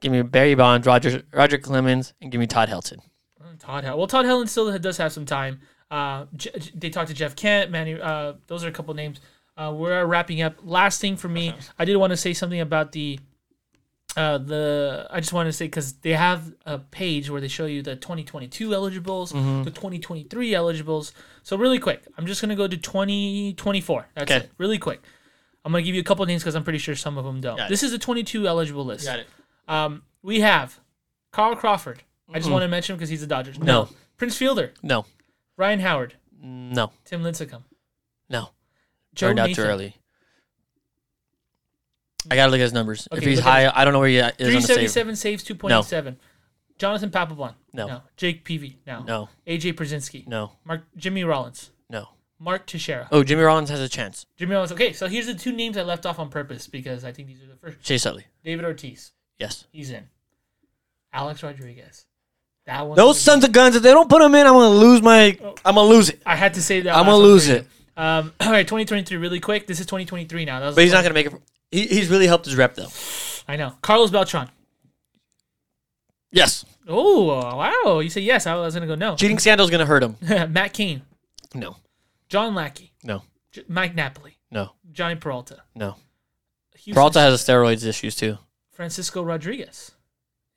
D: give me Barry Bonds, Roger Roger Clemens, and give me Todd Helton.
A: Todd Helen. Well, Todd Helen still does have some time. Uh, J- J- they talked to Jeff Kent, Manny. Uh, those are a couple names. Uh, we're wrapping up. Last thing for me, I did want to say something about the. Uh, the I just want to say because they have a page where they show you the 2022 eligibles,
D: Mm-hmm.
A: the 2023 eligibles. So really quick, I'm just gonna go to 2024. That's
D: Okay.
A: it. Really quick, I'm gonna give you a couple names because I'm pretty sure some of them don't.
D: Got it.
A: this is the 22 eligible list.
D: it.
A: Um, we have Carl Crawford. I just want to mention him because he's the Dodgers.
D: Hmm. No.
A: Prince Fielder,
D: No,
A: Ryan Howard,
D: no,
A: Tim Lincecum,
D: no.
A: Joe
D: Turned out
A: Nathan,
D: too early. I gotta look at his numbers. if
A: Okay,
D: he's
A: look at
D: high, I don't know where he is on the save.
A: 377 saves, 2.7. Jonathan Papelbon.
D: No.
A: Jake Peavy. No.
D: No,
A: AJ Brzezinski.
D: no,
A: Mark Jimmy Rollins.
D: no.
A: Mark Teixeira.
D: Oh, Jimmy Rollins has a chance.
A: Jimmy Rollins. Okay, so here's the two names I left off on purpose because I think these are the first.
D: Chase Utley.
A: David Ortiz.
D: Yes.
A: He's in. Alex Rodriguez. That one.
D: Those sons of guns. If they don't put him in, I'm gonna lose my.
A: Oh.
D: I'm gonna lose it.
A: I had to say that. last
D: I'm gonna
A: one
D: lose
A: for you.
D: it.
A: Um, all right, 2023, really quick. This is 2023 now. That was
D: But he's not gonna make it. He, he's really helped his rep though.
A: I know. Carlos Beltran.
D: Yes.
A: Oh, wow. You said yes. I was going to go no.
D: Cheating Sando's gonna hurt him.
A: Matt Cain,
D: No,
A: John Lackey,
D: no,
A: J- Mike Napoli,
D: no,
A: Johnny Peralta,
D: no.
A: Houston,
D: Peralta has steroids issues too.
A: Francisco Rodriguez.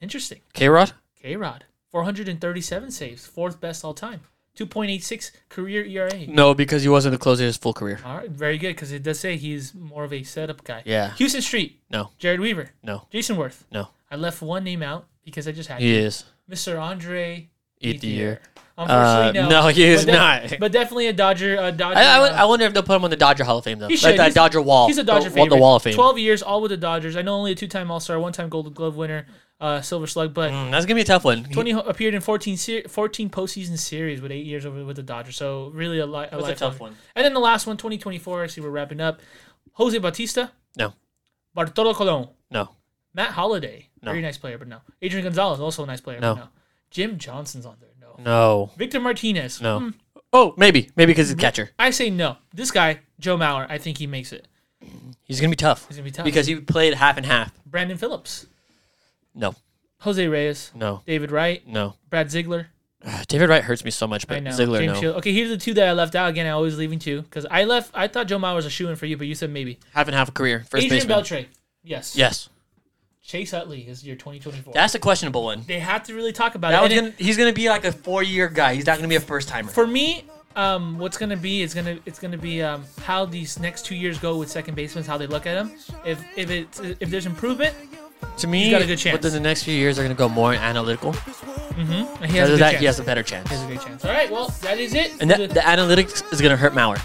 A: Interesting.
D: K Rod.
A: K Rod, 437 saves, fourth best all time. 2.86 career ERA.
D: No, because he wasn't the closer his full career.
A: All right, very good because it does say he's more of a setup guy.
D: Yeah.
A: Houston Street,
D: No,
A: Jared Weaver,
D: no,
A: Jason Worth.
D: no.
A: I left one name out because I just had
D: He is.
A: Mr. Andre.
D: Eat the year.
A: Unfortunately, no.
D: Uh, no, he is
A: But
D: not.
A: But definitely a Dodger. A Dodger.
D: I, I, would-
A: uh,
D: I wonder if they'll put him on the Dodger Hall of Fame though.
A: He
D: Like
A: should.
D: that
A: He's-
D: Dodger Wall.
A: He's a Dodger
D: Oh, the,
A: favorite.
D: the Wall of Fame.
A: Twelve years, all with the Dodgers. I know only a two-time All-Star, one-time Gold Glove winner, uh, Silver Slug, but
D: Mm, that's gonna be a tough one.
A: Tony ho- appeared in 14, se- 14 postseason series with eight years over with the Dodgers. So really a, li- a
D: was a
A: life
D: tough
A: over.
D: one.
A: And then the last one, 2024. I see we're wrapping up. Jose Bautista,
D: No,
A: Bartolo Colon,
D: no,
A: Matt Holliday,
D: No.
A: very nice player, but no. Adrian Gonzalez, also a nice player,
D: No.
A: but no. Jim Johnson's on there, no.
D: no,
A: Victor Martinez,
D: no.
A: hmm,
D: Oh, maybe, maybe because he's a catcher.
A: I say no. This guy, Joe Mauer, I think he makes it.
D: He's gonna be tough.
A: He's gonna be tough.
D: because he played half and half.
A: Brandon Phillips,
D: No,
A: Jose Reyes,
D: no,
A: David Wright,
D: no.
A: Brad Ziegler.
D: Ah, David Wright hurts me so much,
A: I
D: but
A: know.
D: Ziggler
A: James
D: no.
A: Shield. Okay, here's the two that I left out. Again, I always leaving two because I left. I thought Joe Mauer was a shoe in for you, but you said maybe.
D: Half and half a career. First
A: Adrian
D: baseman.
A: Beltre. Yes.
D: Yes,
A: Chase Utley is your 2024.
D: that's a questionable one.
A: they have to really talk about
D: That
A: it.
D: one's
A: And it-
D: gonna, he's gonna be like a four year guy. He's not gonna be a first timer.
A: for me, um, what's gonna be is gonna it's gonna be um, how these next two years go with second basemen, how they look at them. If if it's if there's improvement,
D: To me,
A: got a good chance.
D: within the next few years, they're gonna go more analytical.
A: mm-hmm, he has a
D: Other
A: good
D: that,
A: chance.
D: he has a better chance.
A: He has a good chance. All right, well that is it.
D: And that, the analytics is gonna hurt Mauer.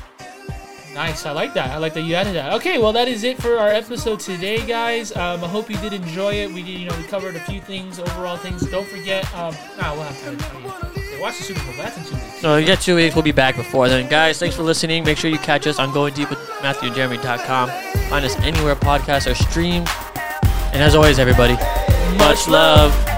A: Nice. I like that. I like that you added that. Okay, well that is it for our episode today, guys. Um, I hope you did enjoy it. We did, you know, we covered a few things, overall things. Don't forget, um, ah, we'll have time to tell you. Hey, Watch the Super Bowl. That's in two weeks.
D: So you get two weeks. We'll be back before then, guys. Thanks for listening. Make sure you catch us on Going Deep with Matthew and Jeremy.com. Find us anywhere podcasts are streamed. And as always, everybody, much love.